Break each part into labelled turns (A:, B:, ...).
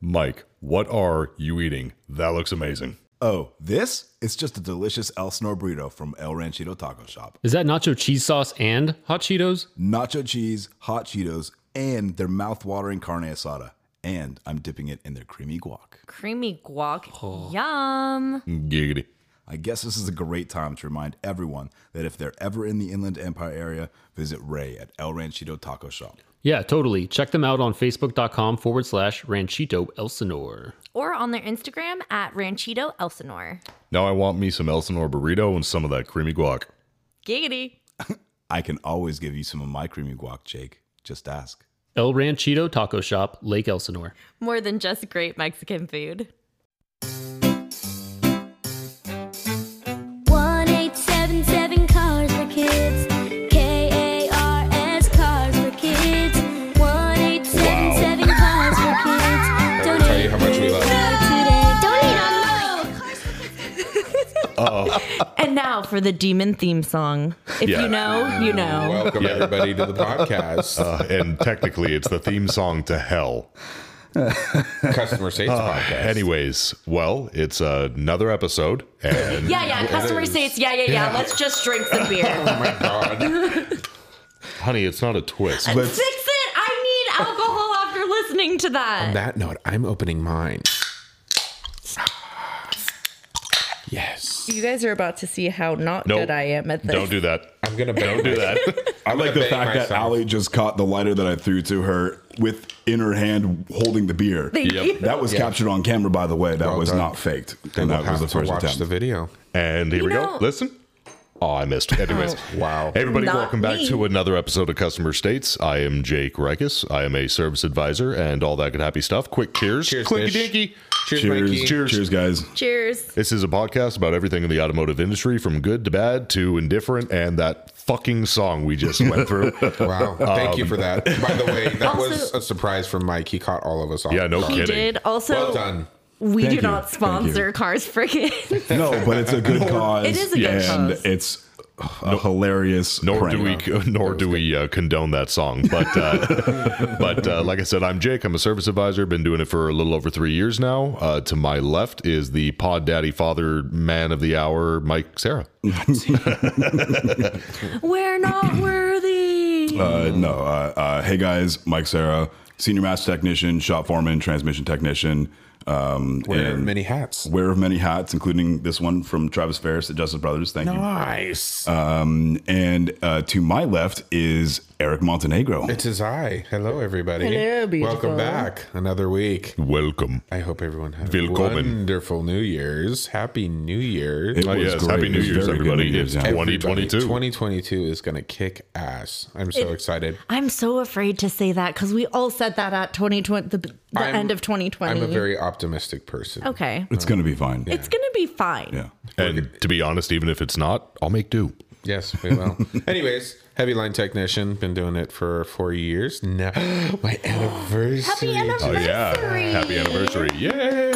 A: Mike, what are you eating? That looks amazing.
B: Oh, this? It's just a delicious El Snor burrito from El Ranchito Taco Shop.
C: Is that nacho cheese sauce and hot Cheetos?
B: Nacho cheese, hot Cheetos, and their mouth-watering carne asada. And I'm dipping it in their creamy guac.
D: Creamy guac. Yum.
A: Giggity.
B: I guess this is a great time to remind everyone that if they're ever in the Inland Empire area, visit Ray at El Ranchito Taco Shop.
C: Yeah, totally. Check them out on facebook.com forward slash ranchito elsinore.
D: Or on their Instagram at Ranchito Elsinore.
A: Now I want me some Elsinore burrito and some of that creamy guac.
D: Giggity.
B: I can always give you some of my creamy guac, Jake. Just ask.
C: El Ranchito Taco Shop, Lake Elsinore.
D: More than just great Mexican food.
E: 1877 Cars for Kids. K A R S Cars for Kids. 1877 Cars for Kids. Donate
F: tell you how much we love you.
E: today. Donate online.
D: And now for the demon theme song. If
A: Yeah.
D: you know, you know.
F: Welcome everybody to the podcast,
A: Uh, and technically, it's the theme song to hell.
F: customer safety podcast.
A: Anyways, well, it's another episode, and
D: yeah, yeah. Customer says, yeah, yeah, yeah. Let's just drink some beer.
F: Oh my god!
A: honey, it's not a twist.
D: Fix it. I need alcohol after listening to that.
F: that note, I'm opening mine. Yes,
D: You guys are about to see how not
A: Nope.
D: good I am at this.
A: Don't do that.
F: I'm gonna don't
A: Do that.
F: I
B: like the fact that Allie just caught the lighter that I threw to her with in her hand holding the beer.
D: Thank
A: Yep.
D: you.
B: That was captured on camera, by the way. That
F: Well
B: was
F: done.
B: not faked.
F: They
B: and
F: will
B: that was
F: have
B: the
F: to
B: first
F: watch
B: attempt.
F: the video.
A: And here we
D: know-
A: go. Listen. Oh, I missed. Anyways,
F: Wow.
A: Hey, everybody,
D: Not
A: welcome back
D: me.
A: to another episode of Customer States. I am Jake Rikus. I am a service advisor and all that good happy stuff. Quick cheers.
F: Cheers,
A: Clinky
F: Fish.
A: dinky.
F: Cheers,
B: Cheers,
F: Mikey.
B: cheers, cheers, guys.
D: Cheers.
A: This is a podcast about everything in the automotive industry, from good to bad to indifferent, and that fucking song we just went through.
F: Wow! Thank you for that. By the way, that was
D: Also-
F: a surprise from Mike. He caught all of us off.
A: Yeah, no
D: He
A: kidding.
D: did. Also,
F: Well done.
D: we
B: Thank
D: do
B: you.
D: not
B: Thank
D: sponsor
B: you.
D: Cars for Kids.
B: No, but it's a good cause.
D: It is a good
B: and
D: cause.
B: it's a hilarious.
A: Nor
B: prank.
A: do we, nor do we uh, condone that song. But, uh, but uh, like I said, I'm Jake. I'm a service advisor. Been doing it for a little over three years now. Uh, to my left is the pod daddy, father, man of the hour, Mike Sarah.
D: We're not worthy.
B: Uh, no. Uh, uh, hey guys, Mike Sarah, senior master technician, shop foreman, transmission technician. Um,
F: Wear
B: and
F: many hats.
B: wearer of many hats, including this one from Travis Ferris at Justice Brothers. Thank you.
F: Nice.
B: And uh, to my left is Eric Montenegro.
F: It is I. Hello, everybody.
D: Hello, beautiful.
F: Welcome back. Another week.
A: Welcome.
F: I hope everyone had a
A: Willkommen.
F: wonderful New Year's. Happy New Year.
B: It
A: Oh,
B: was
A: yes.
B: great.
A: Happy
B: It
A: New
B: was
A: Year's,
B: very good
A: everybody.
B: New
A: It's
B: Year's, yeah.
A: 2022.
F: 2022 is going to kick ass. I'm so excited.
D: I'm so afraid to say that because we all said that at 2020, the, the
F: I'm-
D: end of 2020.
F: I'm a very optimistic person.
D: okay.
B: It's going to be fine.
D: It's going to be fine.
B: Yeah.
A: And to be honest, even if it's not, I'll make do.
F: Yes, we will. Anyways, heavy line technician. Been doing it for four years. No, my anniversary.
E: Happy anniversary.
A: Oh, yeah. Happy anniversary. Yay.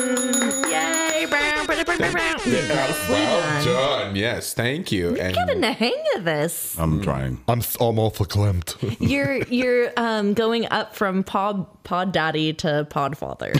D: Yay. Brown, brown, brown, brown, brown. Nicely
F: Well
D: done.
F: done. Yes, thank you. And
D: Getting the hang of this.
B: I'm trying.
A: I'm, th- I'm all verklempt.
D: You're you're um, going up from pod pod daddy to pod father.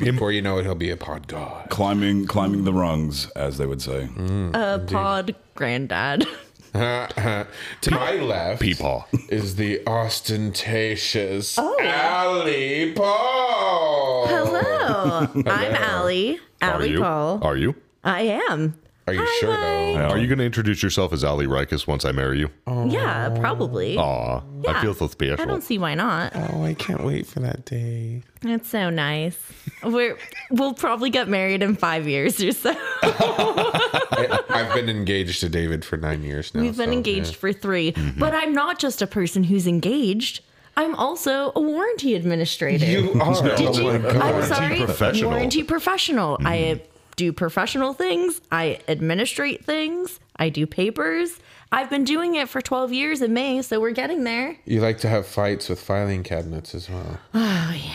F: before you know it, he'll be a pod god.
B: Climbing, climbing the rungs, as they would say.
D: Mm. A pod granddad.
F: To my left
A: Peepaw.
F: is the ostentatious Allie Paul.
D: Oh. Hello. I'm Allie.
A: Are
D: Allie
A: you?
D: Paul.
A: Are you?
D: I am.
F: Are you
D: Hi,
F: sure though?
A: Are you Oh. going to introduce yourself as Ali Rikus once I marry you?
D: Yeah, probably.
A: Aw, I feel so special.
D: I don't see why not.
F: Oh, I can't wait for that day.
D: That's so nice. We're we'll probably get married in five years or so.
F: I, I've been engaged to David for nine years now.
D: We've been
F: so,
D: engaged for 3 but I'm not just a person who's engaged. I'm also a warranty administrator.
F: yeah. You are.
D: Did
F: oh
D: you?
F: my God.
D: I'm sorry, Mm-hmm.
A: professional.
D: warranty professional. I do professional things. I administrate things. I do papers. I've been doing it for 12 years in May, so we're getting there.
F: You like to have fights with filing cabinets as well.
D: Oh yeah.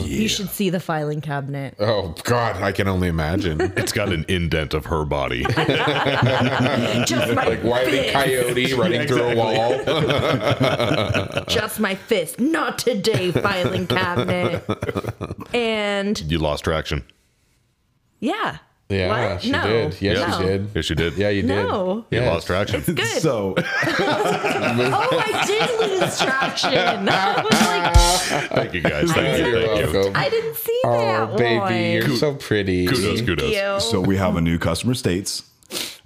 D: You should see the filing cabinet.
F: Oh God, I can only imagine.
A: It's got an indent of her body.
D: Just my
F: Uh, Like Wiley
D: fist.
F: Coyote running through a wall. Uh,
D: Just my fist. Not today, filing cabinet. And
A: You lost traction.
D: yeah.
F: Yeah,
D: What?
F: she
D: no.
F: did. Yes,
D: no.
F: she did.
A: Yes, you did.
F: Yeah, you did.
D: No.
A: You
F: Yeah.
A: lost traction.
D: Good.
B: So
D: Oh, I did lose traction. I was like,
A: Thank you guys. Thank you.
F: You're
A: Thank you.
F: welcome.
D: I didn't see
F: Oh,
D: that
F: baby,
D: one.
F: you're so pretty.
A: Kudos, kudos.
F: Oh.
D: You.
B: so we have a new customer states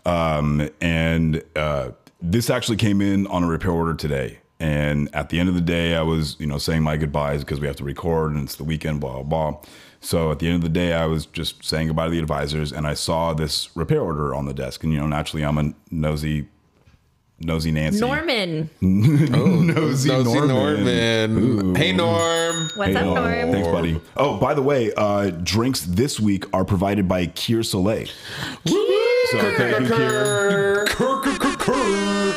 B: um, and uh, this actually came in on a repair order today and at the end of the day i was you know saying my goodbyes because we have to record and it's the weekend blah blah blah so at the end of the day i was just saying goodbye to the advisors and i saw this repair order on the desk and you know naturally i'm a nosy nosy nancy
D: Norman.
B: nosy,
F: Nosy
B: norman,
F: Norman. Hey, Norm.
D: What's up, Norm?
B: Thanks, buddy. Oh, by the way, uh, drinks this week are provided by Kier Soleil. So thank you, Kier.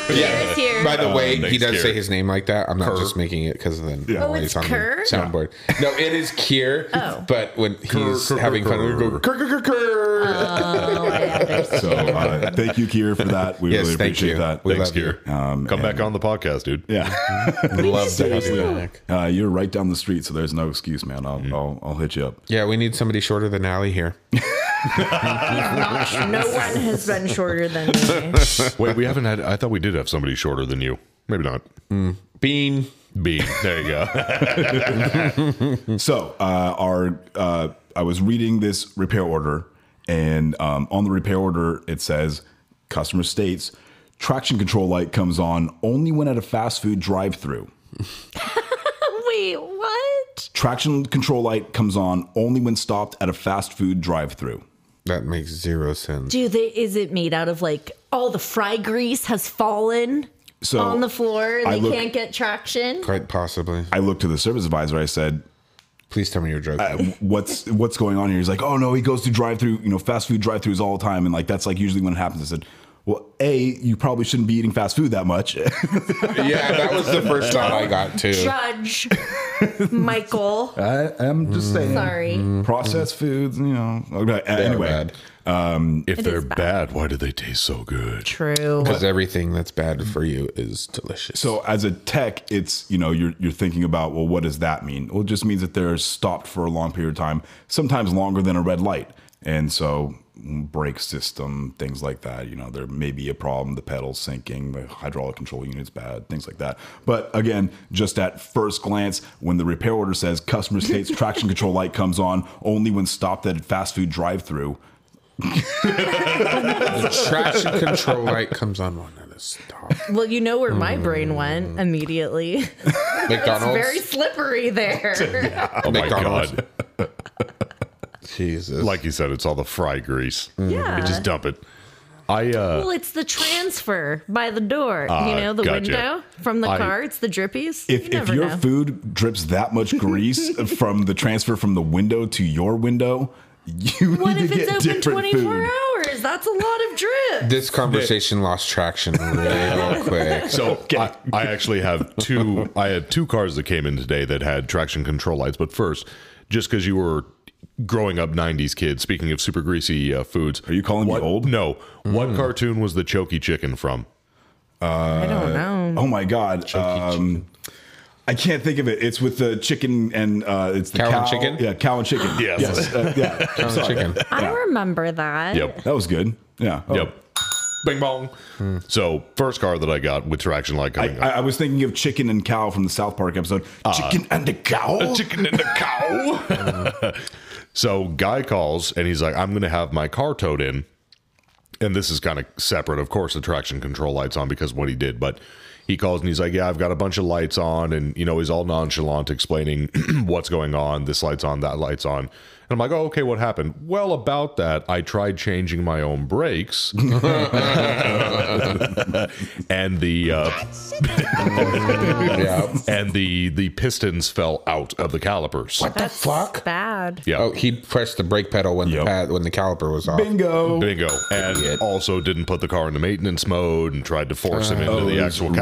D: Here's here.
F: By the way,
A: Um, thanks,
F: he does say
A: Kier.
F: his name like that. I'm not just making it because of the
B: Yeah.
D: Oh, it's
F: noise on
D: Kerr?
F: the soundboard. No, it is Kier.
D: Oh.
F: But when he's
A: Kerr,
F: having fun, we go
A: Kerr.
F: Kerr, Kerr, Kerr, Kerr.
B: So uh, thank you, Kier, for that. We
F: Yes,
B: really
F: thank
B: appreciate
F: you.
B: that.
F: We
A: Thanks,
F: love you.
A: Kier. Come back on the podcast, dude.
B: yeah,
F: Love to have you back.
B: uh, you're right down the street, so there's no excuse, man. I'll
F: Mm-hmm.
B: I'll, I'll hit you up.
F: Yeah, we need somebody shorter than Allie here.
D: No one has been shorter than me.
A: Wait, we haven't had. I thought we did have somebody shorter than you. Maybe not.
F: Bean.
A: B. There you go.
B: So uh, our uh, I was reading this repair order, and um, on the repair order it says customer states traction control light comes on only when at a fast food drive-through.
D: Wait, what?
B: Traction control light comes on only when stopped at a fast food drive-through.
F: That makes zero sense.
D: Do they? Is it made out of like all the fry grease has fallen
B: So
D: on the floor and
B: Oh. I
D: they
B: look-
D: can't get traction?
F: Quite possibly.
B: I looked to the service advisor. I said,
F: Please tell me you're joking.
A: Uh,
B: what's what's going on here? He's like, oh no, he goes through drive through, you know, fast food drive throughs all the time, and like that's like usually when it happens. I said, well, a, you probably shouldn't be eating fast food that much.
F: yeah, that was the first thought I got too.
D: Judge Michael.
B: I am just saying,
D: Mm. Sorry.
B: processed foods, you know. Okay, uh, anyway,
F: bad.
A: If they're
D: bad.
A: bad. why do they taste so good?
D: True.
F: Because everything that's bad for you is delicious.
B: so as a tech, it's you know you're you're thinking about well, what does that mean? Well, it just means that they're stopped for a long period of time, sometimes longer than a red light, and so mm, brake system things like that you know there may be a problem the pedal's sinking the hydraulic control unit's bad things like that but again just at first glance when the repair order says customer states traction control light comes on only when stopped at a fast food drive-through
F: traction control light comes on one at a stop.
D: Well, you know where my brain
B: Hmm.
D: went immediately. it's
F: McDonald's.
D: very slippery there.
A: Oh my
F: McDonald's.
A: god!
F: Jesus.
A: Like you said, it's all the fry grease.
D: Mm-hmm. Yeah.
A: You just dump it. I uh,
D: Well, it's the transfer by the door. you know, the
A: gotcha.
D: window from the
A: I-
D: car. It's the drippies.
B: Ah, if,
D: you
B: if
D: never
B: your
D: know.
B: food drips that much grease from the transfer from the window to your window, you
D: what
B: need
D: if
B: to
D: it's
B: get
D: open
B: different
D: 24
B: food.
D: hours? That's a lot of drip.
F: this conversation lost traction real quick.
A: so I, I actually have two. I had two cars that came in today that had traction control lights. But first, just because you were growing up '90s kid, speaking of super greasy uh, foods,
B: Are you calling
A: what,
B: me old?
A: No.
D: Mm.
A: What cartoon was the Choky Chicken from?
D: I don't know.
B: Oh my god. Um, I can't think of it. It's with the chicken and uh, it's the
F: Cow
B: cow,
F: and chicken?
B: Yeah, cow and chicken.
A: Yes.
B: uh, yeah. I'm
F: Sounds
B: sorry.
F: chicken.
D: I remember that.
A: Yep.
B: That was good. Yeah. Oh.
A: Yep. Bing bong.
D: Hmm.
A: So first car that I got with traction light
B: I,
A: coming
B: I I was thinking of chicken and cow from the South Park episode. chicken and a cow.
A: a chicken and a cow. so guy calls and he's like, I'm gonna have my car towed in. And this is kind of separate, of course, the traction control lights on because what he did, but he calls and he's like, Yeah, I've got a bunch of lights on, and you know, he's all nonchalant explaining what's going on, this light's on, that light's on. And I'm like, oh, okay, what happened? Well, about that, I tried changing my own brakes. and the uh,
F: Yeah.
A: and the the pistons fell out of the calipers.
D: That's bad.
A: Yeah.
F: Oh, he pressed the brake pedal when the
B: Yep.
F: pad, when the caliper was off.
B: Bingo.
A: Bingo. And
F: Idiot.
A: also didn't put the car into maintenance mode and tried to force him into
B: Oh,
A: the
B: these
A: actual
B: rears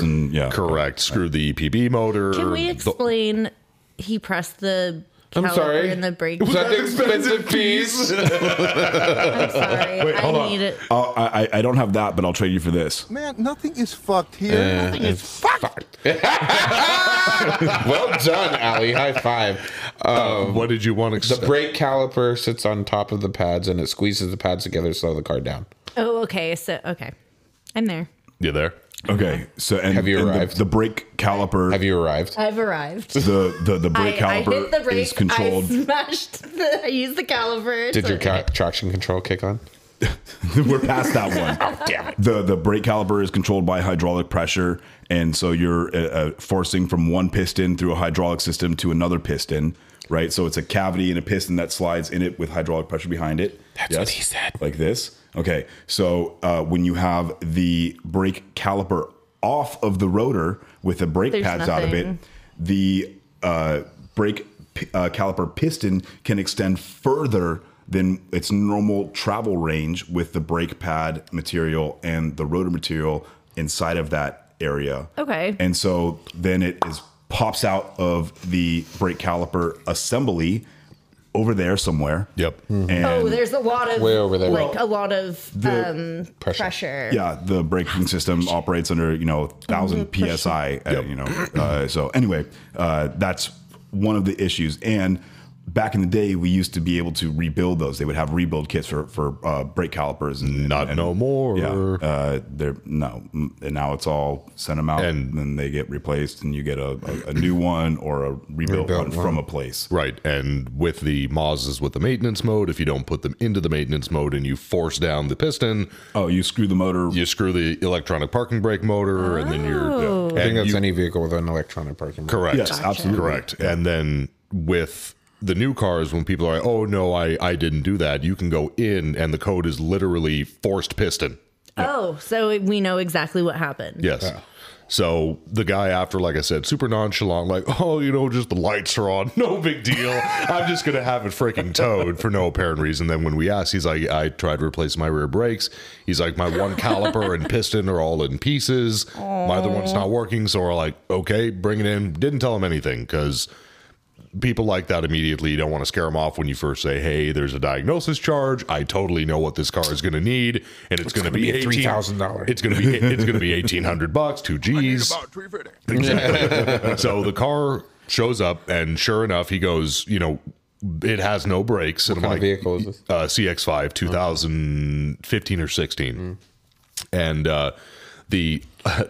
A: caliper.
B: and- yeah.
A: Correct. Screw the EPB E motor.
D: Can we
A: The-
D: explain? he pressed the
F: I'm
D: caliper
F: sorry.
D: in the brake.
F: Was that the expensive piece?
D: I'm sorry.
B: hold
D: I
B: on.
D: need it.
B: I'll- I, I I don't have that, but I'll trade you for this.
G: Man, nothing is fucked here. nothing is fucked.
F: well done, Ali. High five. Um,
A: What did you want? Ex-
F: the brake caliper sits on top of the pads and it squeezes the pads together to slow the car down.
D: Oh, okay. So, okay. I'm there.
A: you there?
B: Okay, so and
F: Have you
B: and
F: arrived?
B: The, the brake caliper.
F: Have you arrived?
D: I've arrived.
B: the the the brake
D: I, I
B: caliper
D: hit the brake.
B: is controlled.
D: I smashed the. I used the caliper.
F: Did
D: to-
F: your ca- traction control kick on?
B: We're past that one.
D: Oh,
F: Damn it.
B: The the brake caliper is controlled by hydraulic pressure, and so you're uh, uh, forcing from one piston through a hydraulic system to another piston, right? So it's a cavity in a piston that slides in it with hydraulic pressure behind it. That's
F: what he said.
B: Like this. Okay, so uh, when you have the brake caliper off of the rotor with the brake
D: There's
B: pads out of it,
D: nothing.
B: Mm-hmm. the uh, brake p- uh, caliper piston can extend further than its normal travel range with the brake pad material and the rotor material inside of that area.
D: Okay.
B: And so then it is pops out of the brake caliper assembly over there somewhere.
A: Yep.
B: And
D: Oh, there's a lot of
F: Way over there.
D: like a lot of um,
F: Pressure.
D: pressure.
B: yeah, the braking system operates under you know thousand psi. uh, You know, uh, so anyway, uh, that's one of the issues. And back in the day, we used to be able to rebuild those. They would have rebuild kits for for uh, brake calipers. And,
A: Not no more.
B: yeah, uh, they're no, and now it's all send them out,
A: And-
B: and then they get replaced, and you get a, a, a new one or a rebuilt, one, from a place.
A: Right. And with the Mazdas with the maintenance mode, if you don't put them into the maintenance mode and you force down the piston,
B: Oh, you screw the motor.
A: you screw the electronic parking brake motor and then
D: Oh.
A: you're
F: I think
A: and
F: that's
A: you-
F: any vehicle with an electronic parking brake.
A: correct.
B: Yes, absolutely
A: Correct. And then with the new cars, when people are like, oh, no, I, I didn't do that, you can go in and the code is literally forced piston.
D: Oh, so we know exactly what happened.
A: Yes. So the guy after, like I said, super nonchalant, like, oh, you know, just the lights are on, no big deal. I'm just gonna have it freaking towed for no apparent reason. Then when we asked, he's like, I tried to replace my rear brakes. He's like, my one caliper and piston are all in pieces. My other one's not working. So we're like, okay, bring it in. Didn't tell him anything because people like that immediately You don't want to scare them off when you first say, hey, there's a diagnosis charge. I totally know what this car is gonna need, and it's, gonna, be,
F: be
A: $18
F: $3,000.
A: It's gonna be it's gonna be eighteen hundred bucks, two G's. so the car shows up, and sure enough, he goes, you know, it has no brakes. and I'm
F: What
A: like,
F: vehicle is this?
A: Uh, CX5, 2015 or 16, and uh, the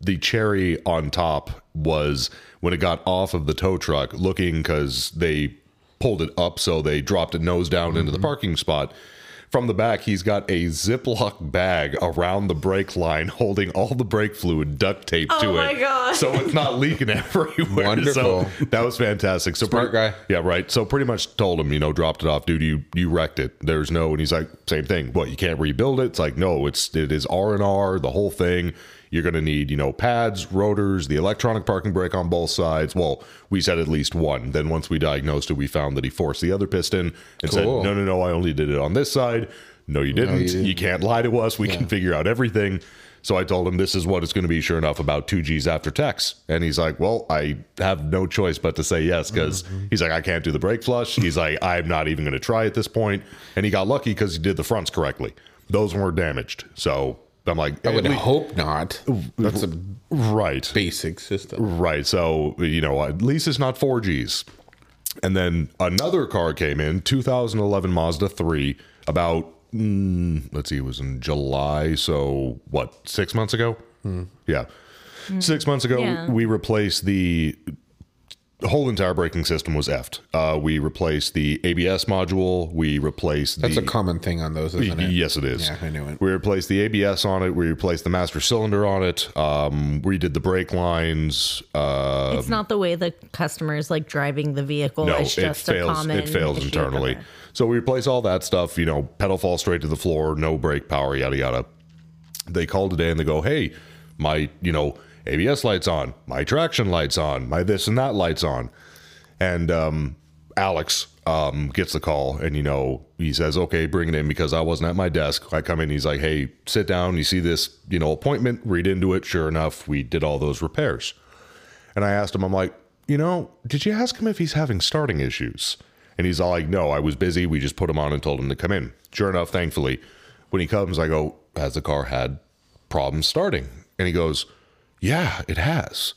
A: the cherry on top was when it got off of the tow truck, looking because they pulled it up, so they dropped it nose down into
F: Mm-hmm.
A: the parking spot. From the back, he's got a Ziploc bag around the brake line, holding all the brake fluid duct taped to
D: Oh
A: it,
D: my God.
A: so it's not leaking everywhere.
F: Wonderful.
A: So that was fantastic. So
F: Smart
A: pretty-
F: guy.
A: yeah, right. So pretty much told him, you know, dropped it off, dude. You you wrecked it. There's no, and he's like, same thing. What you can't rebuild it? It's like, no, it's it is R and R, the whole thing. You're gonna need, you know, pads, rotors, the electronic parking brake on both sides. Well, we said at least one. Then once we diagnosed it, we found that he forced the other piston and said,
F: Cool.
A: no, no, no, I only did it on this side. No, you didn't. you
F: didn't.
A: can't lie to us. We can figure out everything. So I told him this is what it's going to be. Sure enough, about two G's after tax, and he's like, "Well, I have no choice but to say yes because
F: Mm-hmm.
A: he's like, I can't do the brake flush. He's like, I'm not even going to try at this point." And he got lucky because he did the fronts correctly; those were damaged. So I'm like,
F: I would
A: at lea-
F: hope not. That's a
A: right,
F: basic system.
A: right. So you know, at least it's not four G's. And then another car came in, 2011 Mazda 3, about, mm, let's see, it was in July. So, what, six months ago? Yeah. Six months ago,
D: Yeah.
A: we replaced the the whole entire braking system was effed. Uh, we replaced the ABS module. We replaced
F: That's
A: the. E
F: a common thing on those, isn't it?
A: Yes, it is.
F: Yeah, I knew it.
A: We replaced the ABS on it. We replaced the master cylinder on it. Um, we did the brake lines. Uh,
D: It's not the way the customer is like driving the vehicle.
A: no,
D: it's
A: it
D: just a
A: fails.
D: common
A: It fails
D: issue.
A: internally.
D: Okay.
A: So we replace all that stuff. You know, pedal falls straight to the floor, no brake power, yada yada. They call today and they go, "Hey, my you know ABS lights on, my traction lights on, my this and that lights on," and um, Alex um, gets the call and you know he says, "Okay, bring it in because I wasn't at my desk." I come in, he's like, "Hey, sit down. You see this you know appointment? Read into it." Sure enough, we did all those repairs. And I asked him, I'm like, you know, did you ask him if he's having starting issues? And he's all like, no, I was busy. We just put him on and told him to come in. Sure enough, thankfully, when he comes, I go, has the car had problems starting? And he goes, yeah, it has.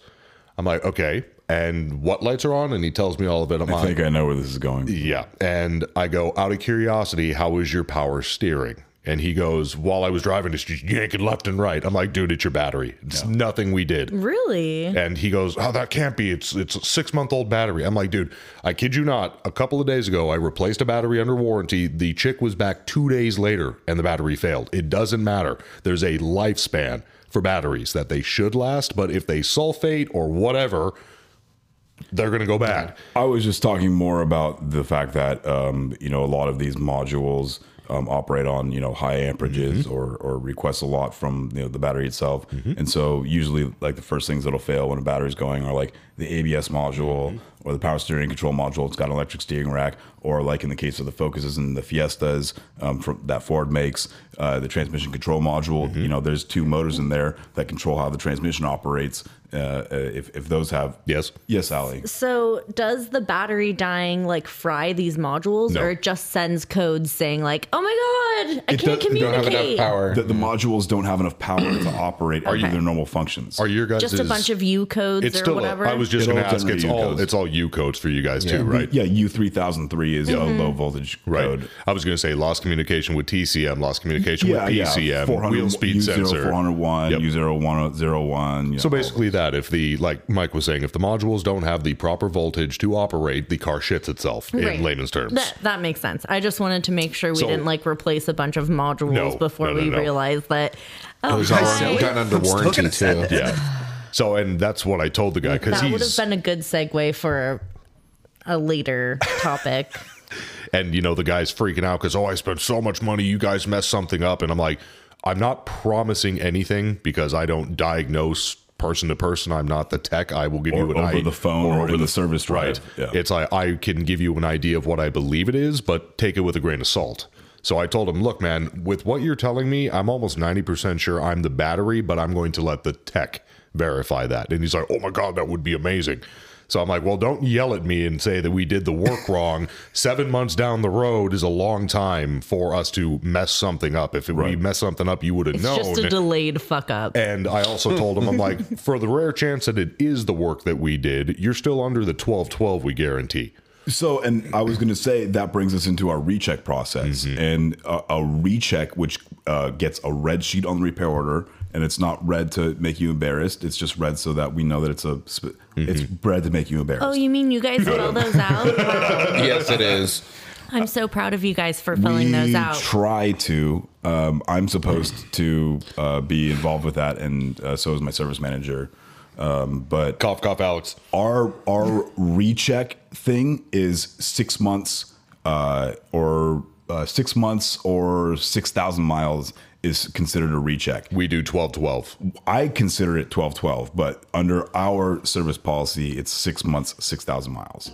A: I'm like, okay. And what lights are on? And he tells me all of it. I'm
B: I
A: like,
B: think I know where this is going.
A: yeah. And I go, out of curiosity, how is your power steering? And he goes, while I was driving, it's just yanking left and right. I'm like, dude, it's your battery. It's nothing we did.
D: Really?
A: And he goes, "Oh, that can't be. It's it's a six month old battery." I'm like, "Dude, I kid you not. A couple of days ago, I replaced a battery under warranty. The chick was back two days later, and the battery failed. It doesn't matter. There's a lifespan for batteries that they should last, but if they sulfate or whatever, they're gonna go bad.
B: I was just talking more about the fact that um, you know a lot of these modules um, operate on you know high amperages or or request a lot from you know the battery itself, and so usually like the first things that'll fail when a battery's going are like the ABS module or the power steering control module. It's got an electric steering rack, or like in the case of the Focuses and the Fiestas um, from that Ford makes, uh, the transmission control module. You know, there's two motors in there that control how the transmission operates. Uh, uh, if if those have
A: Yes.
B: yes, Ali.
D: So does the battery dying like fry these modules
A: No.
D: or it just sends codes saying like, oh my God, I
B: It does-
D: can't
F: Don't have
D: communicate.
F: enough power.
B: that the
A: Hmm.
B: modules don't have enough power to operate at their normal functions.
A: Are your guys
D: Just a bunch of U codes
A: It's
D: or
A: still.
D: whatever.
A: I was just
B: It'll
A: gonna ask.
B: generate
A: It's
B: U
A: all.
B: codes.
A: It's all U codes for you guys
F: Yeah.
A: too, right?
B: yeah, U three thousand three is a low voltage
A: Mm-hmm. Right.
B: code.
A: I was going to say lost communication with TCM, lost communication
B: Yeah,
A: with
B: yeah.
A: PCM,
B: 400
A: wheel speed
B: U0,
A: sensor.
B: 401,
A: Yep.
B: U0101.
A: So basically, that if the like Mike was saying, if the modules don't have the proper voltage to operate, the car shits itself
D: Right.
A: in layman's terms.
D: That, that makes sense. I just wanted to make sure we
A: So-
D: didn't like replace a bunch of modules
A: No,
D: before
A: no, no,
D: we
A: no.
D: realized that. Oh,
F: It was
D: hi.
F: all done under warranty too.
A: yeah. So and that's what I told the guy because
D: that would have
A: he's
D: been a good segue for a later topic.
A: and you know the guy's freaking out because oh I spent so much money, you guys messed something up, and I'm like I'm not promising anything because I don't diagnose person to person. I'm not the tech. I will give you
B: or
A: what
B: over
A: I
B: the phone or, over the, service
A: Right.
B: drive. Yeah.
A: It's I, I can give you an idea of what I believe it is, but take it with a grain of salt. So I told him, look, man, with what you're telling me, I'm almost 90% sure I'm the battery, but I'm going to let the tech verify that. And he's like, oh my God, that would be amazing. So I'm like, well, don't yell at me and say that we did the work wrong. Seven months down the road is a long time for us to mess something up. If we mess something up, you would have
D: It's
A: known.
D: just a delayed fuck up.
A: And I also told him, I'm like, for the rare chance that it is the work that we did, you're still under the 12 12 we guarantee.
B: So, and I was going to say that brings us into our recheck process
A: Mm-hmm.
B: and a, a recheck, which uh, gets a red sheet on the repair order. And it's not red to make you embarrassed. It's just red so that we know that it's a sp- it's
A: Mm-hmm.
B: red to make you embarrassed.
D: oh, you mean you guys fill those out?
F: yes, it is.
D: I'm so proud of you guys for filling those out.
B: Try to. Um, I'm supposed to uh, be involved with that, and uh, so is my service manager. Um, but
A: Cough, cough, Alex.
B: our our recheck thing is six months uh, or uh, six months or six thousand miles is considered a recheck.
A: We do 12 12.
B: I consider it twelve twelve, but under our service policy, it's six months, six thousand miles.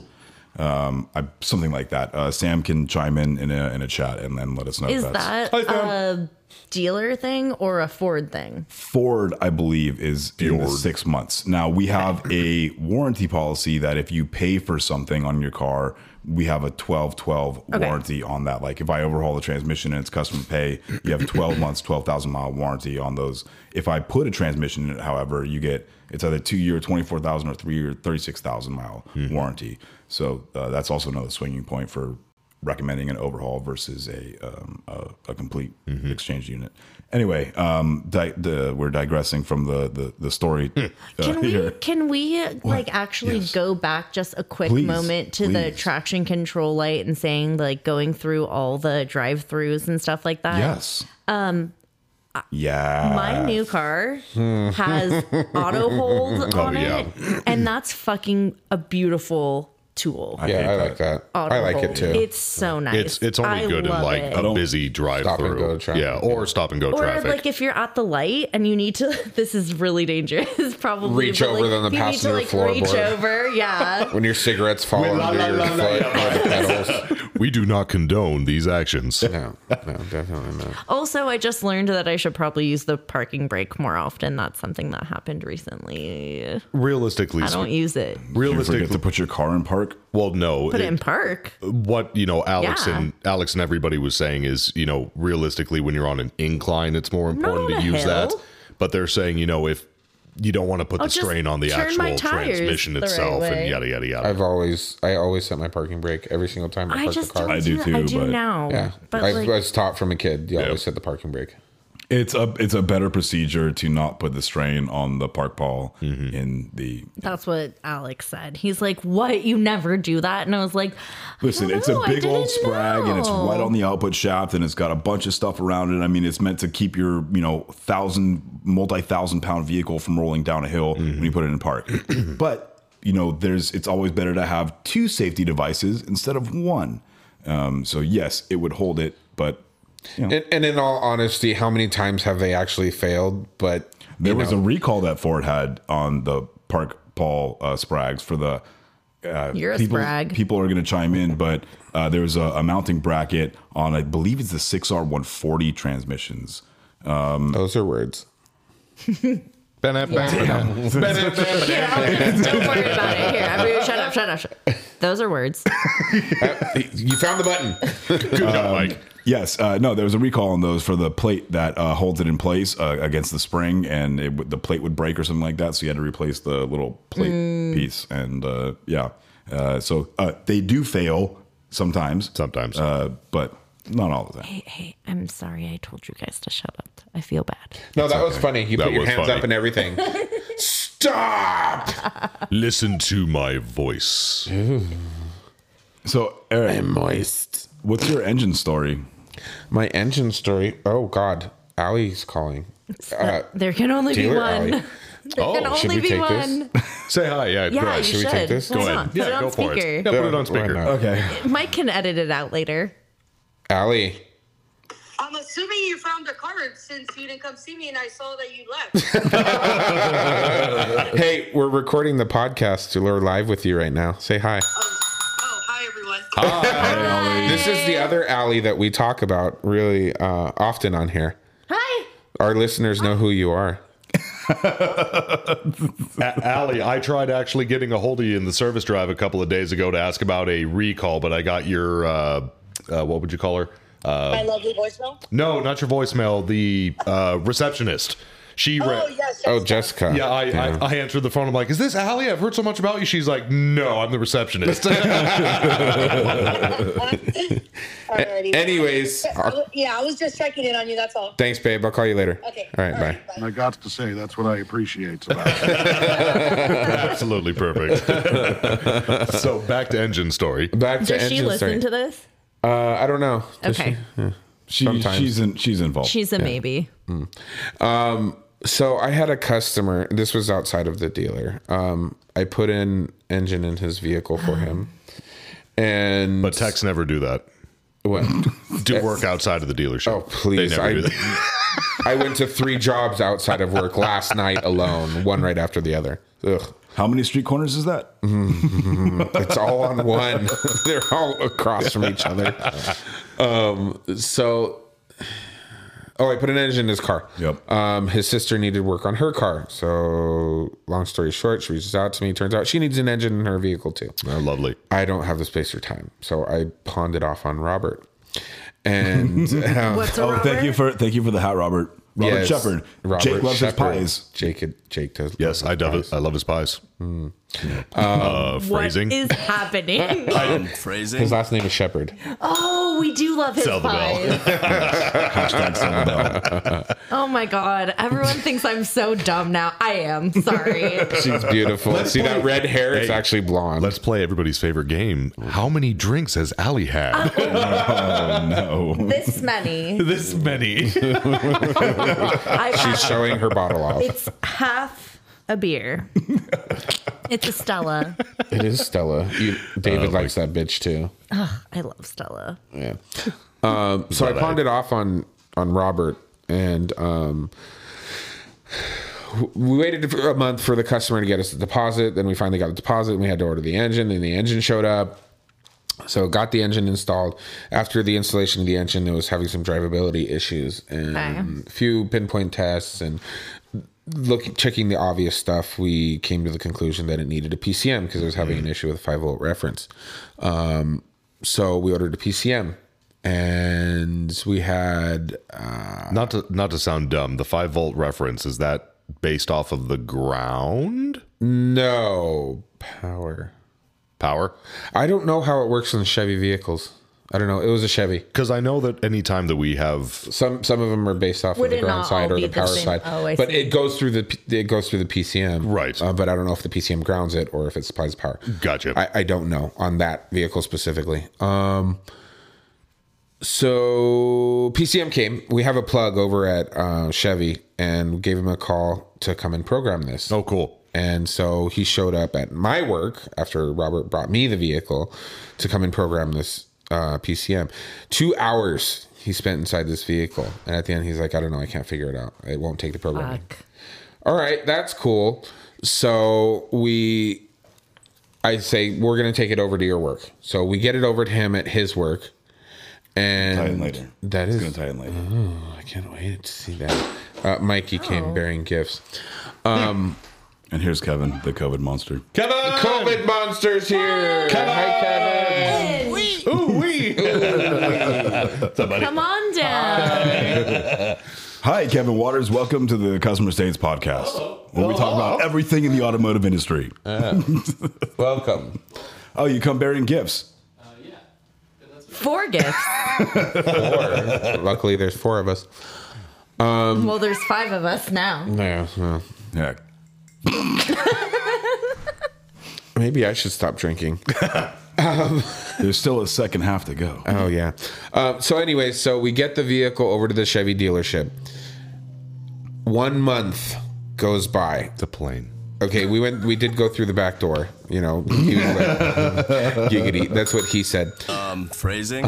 B: Um, I, something like that. Uh, Sam can chime in in a, in a chat and then let us know.
D: Is
B: if that's,
D: that a dealer thing or a Ford thing?
B: Ford, I believe, is in the six months. Now we have a warranty policy that if you pay for something on your car, we have a 12 12 warranty on that. Like if I overhaul the transmission and it's custom pay, you have 12 months, 12,000 mile warranty on those. If I put a transmission in it, however, you get it's either two year, 24,000 or three year, 36,000 mile warranty. So uh, that's also another swinging point for recommending an overhaul versus a um, a, a complete
D: Mm-hmm.
B: exchange unit. Anyway, um, di- the, we're digressing from the the, the story. uh,
D: Hmm. Can we
B: here.
D: can we like actually
B: Yes.
D: go back just a quick
B: Please,
D: moment to the
B: please.
D: traction control light and saying like going through all the drive-throughs and stuff like that?
B: Yes. Um. Yeah.
D: My new car has auto hold on it, and that's fucking a beautiful tool.
F: Yeah, I like that.
D: Auto
F: I like it
D: hold.
F: too.
D: It's so nice.
A: It's it's only
D: I
A: good in
D: love
A: like
D: it.
A: a busy drive
F: and go
A: through.
F: traffic.
A: Yeah, or stop and go
D: Or
A: traffic.
D: like if you're at the light and you need to, this is really dangerous. Probably
F: Reach
D: but,
F: over
D: like,
F: than the
D: you need to
F: passenger
D: like reach
F: floorboard.
D: over, yeah.
F: when your cigarettes fall under your foot or the pedals.
A: We do not condone these actions.
F: No, no, definitely not.
D: Also, I just learned that I should probably use the parking brake more often. That's something that happened recently.
A: Realistically,
D: I don't use it.
B: You forget
A: realistically,
B: to put your car in park.
A: well, no.
D: Put it
A: it-
D: in park.
A: what you know, Alex
D: Yeah.
A: and Alex and everybody was saying is, you know, realistically, when you're on an incline, it's more important
D: on
A: to
D: a
A: use that.
D: hill.
A: But they're saying, you know, if you don't want to put
D: I'll
A: the
D: just
A: strain on the
D: turn my
A: actual
D: tires
A: transmission
D: the right
A: itself, and
D: way.
A: yada yada yada.
F: I've always, I always set my parking brake every single time I
D: I
F: park
D: just
F: the car.
D: don't
B: I do
D: that.
B: too,
D: I do
B: but-
D: now.
F: yeah,
D: But
F: I
D: like,
F: was taught from a kid. You always set the parking brake.
B: It's a it's a better procedure to not put the strain on the park ball
D: Mm-hmm.
B: in the.
D: that's what Alex said. He's like, "What? You never do that?" And I was like, I
B: Listen,
D: don't
B: it's
D: know,
B: a
D: I
B: big old
D: didn't
B: sprag, and it's
D: know.
B: right on the output shaft, and it's got a bunch of stuff around it. I mean, it's meant to keep your you know thousand multi thousand pound vehicle from rolling down a hill when you put it in park.
D: Mm-hmm.
B: but you know, there's it's always better to have two safety devices instead of one. Um, so yes, it would hold it, but
F: And, and in all honesty, how many times have they actually failed? But
B: There was a recall that Ford had on the Park Paul uh, Sprags for the. Uh,
D: You're a
B: people,
D: Sprag.
B: people are going to chime in, but uh, there was a, a mounting bracket on, I believe it's the 6R140 transmissions.
F: those are words.
D: Don't worry about it. Here, everybody, shut up, shut up, shut up. Those are words.
F: You found the button.
A: Good
F: um,
A: job, Mike.
B: Yes, uh, no, there was a recall on those for the plate that uh, holds it in place uh, against the spring, and it would the plate would break or something like that. So you had to replace the little plate piece, and uh, yeah, uh, so uh, they do fail sometimes,
A: Sometimes.
B: uh, but not all the time.
D: Hey, hey, I'm sorry. I told you guys to shut up. I feel bad.
F: No, that was funny. You
A: That
F: put your
A: was
F: hands
A: funny.
F: up and everything. Stop.
A: Listen to my voice.
B: So Eric,
F: Moist.
B: What's your engine story?
F: My engine story. Oh God, Allie's calling. Uh,
D: There can only be
F: dealer
D: one.
F: Allie. Oh,
D: There can
B: Oh,
F: should
D: only
F: we
D: be
F: take this?
D: one.
A: Say hi. Yeah,
D: Yeah,
A: go ahead.
D: you should.
F: we take this?
D: Why
A: Go ahead.
D: not? Put
A: Yeah,
D: it on
A: go for
D: speaker.
A: it. Yeah, put it
F: Why
A: on speaker.
F: not?
B: Okay.
D: Mike can edit it out later.
F: Allie.
H: I'm assuming you found the card since you didn't come see me and I saw that you left.
F: Hey, we're recording the podcast. so We're live with you right now. Say hi.
H: oh, oh, hi everyone.
F: Uh, This is the other Allie that we talk about really uh, often on here.
D: Hi.
F: Our listeners know who you are.
A: A- Allie, I tried actually getting a hold of you in the service drive a couple of days ago to ask about a recall, but I got your uh, uh, what would you call her?
H: My lovely voicemail.
A: No, not your voicemail. The uh, receptionist. She read.
H: Oh yes.
F: Oh,
H: yes.
F: Jessica.
A: Yeah, I,
F: Damn.
A: I, I answered the phone. I'm like, "Is this Allie? I've heard so much about you." She's like, "No, I'm the receptionist."
H: Uh, Alrighty.
F: Anyways,
H: I w- yeah, I was just checking in on you. That's all.
F: thanks, babe. I'll call you later.
H: Okay.
F: All right, bye.
H: Alright,
G: I got to say, that's what I appreciate about it.
A: Absolutely perfect. so back to engine story.
F: Back to
D: Does she
F: engine
D: listen
F: story.
D: to this?
F: uh, I don't know. Does
D: Okay.
B: She,
F: Sometimes.
B: she's in, she's involved.
D: She's a maybe.
F: so I had a customer. This was outside of the dealer. Um, I put an engine in his vehicle for him, and
A: But techs never do that.
F: what?
A: Do work outside of the dealership.
F: Oh, please,
A: They never
F: I-
A: do that.
F: I went to three jobs outside of work last night alone, one right after the other. Ugh.
B: How many street corners is that?
F: It's all on one. They're all across from each other. Um, so, oh, I put an engine in his car.
B: Yep.
F: Um, his sister needed work on her car. So, long story short, she reaches out to me. Turns out she needs an engine in her vehicle too.
A: Oh, lovely.
F: I don't have the space or time. So, I pawned it off on Robert. And um,
D: What's a
B: Oh,
D: Robert?
B: thank you for thank you for the hat, Robert. Robert
F: yes,
B: Shepard.
F: Robert
B: Jake loves
F: Shepherd.
B: his pies.
F: Jake, Jake does. love
A: Yes,
F: his
A: I love
F: pies.
A: it. I love his pies. uh,
D: Um, What
A: phrasing.
D: is happening?
F: His last name is Shepard.
D: oh, we do love his
A: Sell the bell.
D: pies. Oh my god. Everyone thinks I'm so dumb now. I am. Sorry.
F: She's beautiful. See that red hair? It's
A: Hey,
F: actually blonde.
A: Let's play everybody's favorite game. How many drinks has Allie had?
B: No.
D: this many.
A: this many.
D: I've had
F: She's showing her bottle off.
D: It's half a beer. it's a Stella.
F: It is Stella. You,
A: Oh
F: David likes that bitch too.
D: I love Stella.
F: Yeah. Um, so I
A: that
F: pawned it off on on Robert, and um, we waited for a month for the customer to get us the deposit. Then we finally got the deposit, and we had to order the engine. Then the engine showed up. So got the engine installed. After the installation of the engine, it was having some drivability issues and
D: Okay.
F: a few pinpoint tests and look checking the obvious stuff. We came to the conclusion that it needed a PCM because it was having an issue with a five volt reference. Um, so we ordered a PCM, and we had
A: Not to not to sound dumb, the five volt reference is that based off of the ground
F: no power.
A: power?
F: I don't know how it works on Chevy vehicles. I don't know. It was a Chevy.
A: Because I know that any time that we have
F: Some some of them are based off of
D: Would
F: the
D: it
F: ground
D: not
F: side
D: all
F: or
D: be
F: the
D: the
F: power
D: same?
F: side,
D: Oh, I
F: but
D: see.
F: it goes through the P- it goes through the PCM,
A: Right.
F: Uh, but I don't know if the PCM grounds it or if it supplies power.
A: Gotcha.
F: I, I don't know on that vehicle specifically. Um, so PCM came. We have a plug over at uh, Chevy, and gave him a call to come and program this.
A: oh cool
F: And so he showed up at my work after Robert brought me the vehicle to come and program this uh, PCM. Two hours he spent inside this vehicle. And at the end, he's like, I don't know. I can't figure it out. It won't take the programming.
D: Fuck.
F: All right. That's cool. So we, I say, we're going to take it over to your work. So we get it over to him at his work. And
B: Tie in later.
F: That
B: it's
F: is-
B: gonna tie in later.
F: I can't wait to see that. Uh, Mikey came bearing gifts. Um,
B: And here's Kevin, the COVID monster.
F: COVID monsters here. Hi, Kevin.
D: Come on down.
B: Hi, Kevin Waters. Welcome to the Customer States Podcast, where we talk about everything in the automotive industry.
F: Welcome.
B: oh, you come bearing gifts.
D: Four gifts.
F: Luckily, there's four of us.
D: Well, there's five of us now.
F: Yeah. well,
B: Yeah.
F: Maybe I should stop drinking.
B: There's still a second half to go.
F: oh yeah. Uh, so anyway, so we get the vehicle over to the Chevy dealership. One month goes by.
A: the plane.
F: Okay, we went. We did go through the back door. You know, he was like, giggity. That's what he said. Uh-huh.
I: Um, phrasing?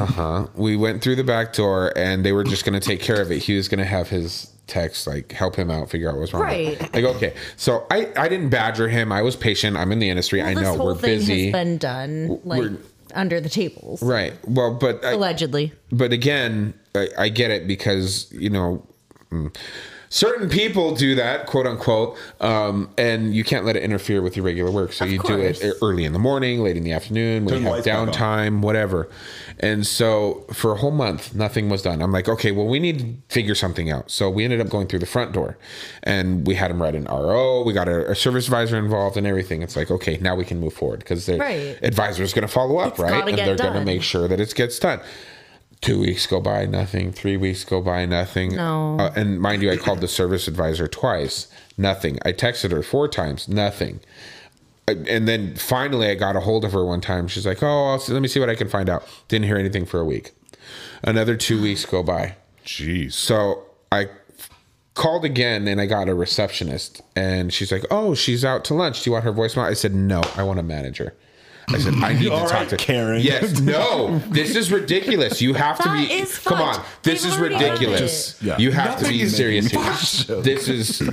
F: We went through the back door, and they were just going to take care of it. He was going to have his techs like help him out, figure out what's wrong. with it.
D: Right.
F: Like, okay, so I I didn't badger him. I was patient. I'm in the industry. I
D: this
F: know
D: whole
F: we're
D: thing
F: busy.
D: has been done like
F: we're-
D: under the tables,
F: right. Well, but uh, I,
D: allegedly.
F: but again, I, I get it because you know mm, certain people do that, quote unquote, um, and you can't let it interfere with your regular work. So you do
D: course.
F: it e-, early in the morning, late in the afternoon, when
B: Turn
F: you
B: the
F: have
B: lights back
F: downtime, whatever. And so for a whole month, nothing was done. I'm like, okay, well, we need to figure something out. So we ended up going through the front door, and we had him write an RO. We got a, a service advisor involved and everything. It's like, okay, now we can move forward because the
D: Right.
F: advisor is going to follow up,
D: It's
F: right?
D: gotta
F: And
D: get
F: they're going to
D: done.
F: make sure that it gets done two weeks go by nothing three weeks go by nothing
D: No.
F: Uh, and mind you i called the service advisor twice nothing i texted her four times nothing I- and then finally i got a hold of her one time she's like oh I'll, see- let me see what i can find out didn't hear anything for a week another two weeks go by
A: Jeez.
F: so I called again and I got a receptionist and she's like, "Oh, she's out to lunch. Do you want her voicemail?" I said, "No, I want a manager." I said, "I need to
B: All
F: talk
B: right,
F: to
B: Karen.
F: Yes, no, this is ridiculous. You have to
D: That
F: be.
D: is
F: come
D: fudge.
F: on, this
D: They've
F: is
D: already done
F: ridiculous.
B: it. Yeah.
F: You have
B: Nothing
F: to be
B: is
F: serious.
B: making
F: Here.
B: fudge.
F: This is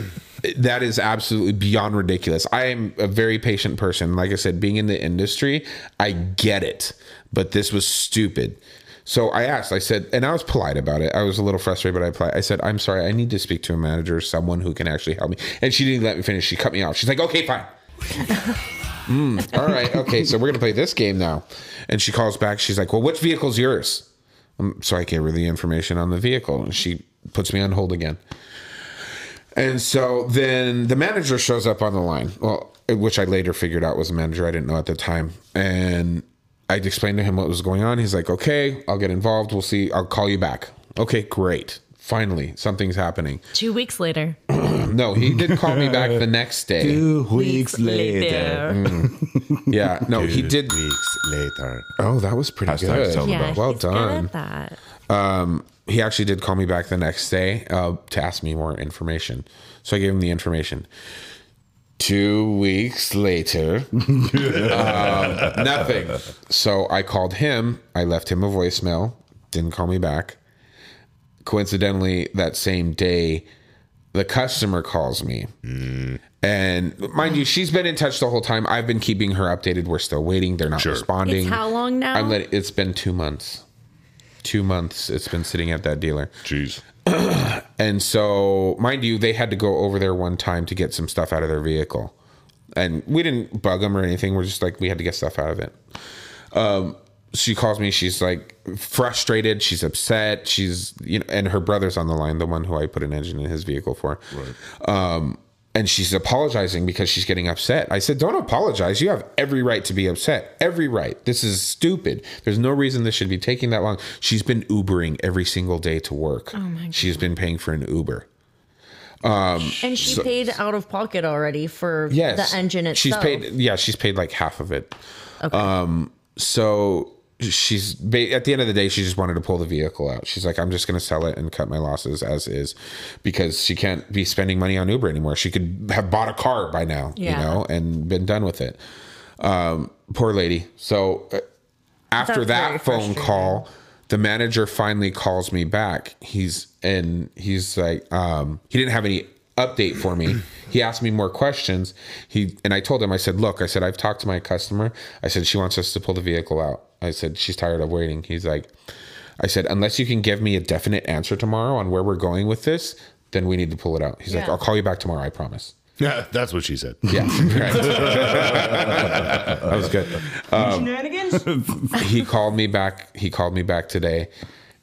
F: that is absolutely beyond ridiculous. I am a very patient person. Like I said, being in the industry, I get it, but this was stupid. So I asked, I said, and I was polite about it. I was a little frustrated, but I polite. I said, I'm sorry, I need to speak to a manager, someone who can actually help me. And she didn't let me finish. She cut me off. She's like, okay, fine. Mm, all right, okay, so we're gonna play this game now. And she calls back. She's like, well, which vehicle's yours? Um, so I gave her the information on the vehicle, and she puts me on hold again. And so then the manager shows up on the line. Well, which I later figured out was a manager I didn't know at the time. And I explained to him what was going on. He's like, "Okay, I'll get involved. We'll see. I'll call you back." Okay, great. Finally, something's happening.
D: Two weeks later.
F: No, he did call me back the next day.
B: Two weeks
F: Mm, Yeah, no, he did.
I: Weeks later.
F: Oh, that was pretty
B: Hashtag
F: good.
B: tell them
D: Yeah,
B: about.
F: Well
D: he's
F: done.
D: Good at that.
F: um, he actually did call me back the next day uh, to ask me more information. So I gave him the information. Two weeks later, um, nothing. So I called him. I left him a voicemail. Didn't call me back. Coincidentally, that same day, The customer calls me. And mind you, she's been in touch the whole time. I've been keeping her updated. We're still waiting. They're not
A: Sure.
F: responding.
D: It's how long now?
F: I'm letting, it's been two months. Two months it's been sitting at that dealer.
A: Jeez.
F: And so, mind you, they had to go over there one time to get some stuff out of their vehicle. And we didn't bug them or anything. We're just like, we had to get stuff out of it. Um, she calls me. She's like frustrated. She's upset. She's, you know, and her brother's on the line, the one who I put an engine in his vehicle for. Um, and she's apologizing because she's getting upset. I said, Don't apologize. You have every right to be upset. Every right. This is stupid. There's no reason this should be taking that long. She's been Ubering every single day to work. Oh my She's been paying for an Uber.
D: and she paid out of pocket already for
F: Yes.
D: the engine itself.
F: She's paid yeah, she's paid like half of it. Um so she's ba- at the end of the day she just wanted to pull the vehicle out. She's like I'm just going to sell it and cut my losses as is because she can't be spending money on Uber anymore. She could have bought a car by now,
D: Yeah.
F: you know, and been done with it. Um poor lady. So uh, after
D: That's very
F: that phone
D: frustrating.
F: call the manager finally calls me back he's and he's like um he didn't have any update for me he asked me more questions he and i told him i said look i said i've talked to my customer i said she wants us to pull the vehicle out i said she's tired of waiting he's like i said unless you can give me a definite answer tomorrow on where we're going with this then we need to pull it out he's like
D: Yeah.
F: i'll call you back tomorrow i promise
A: Yeah, that's what she said.
F: yeah right. that was good Um,
H: Shenanigans?
F: he called me back. He called me back today,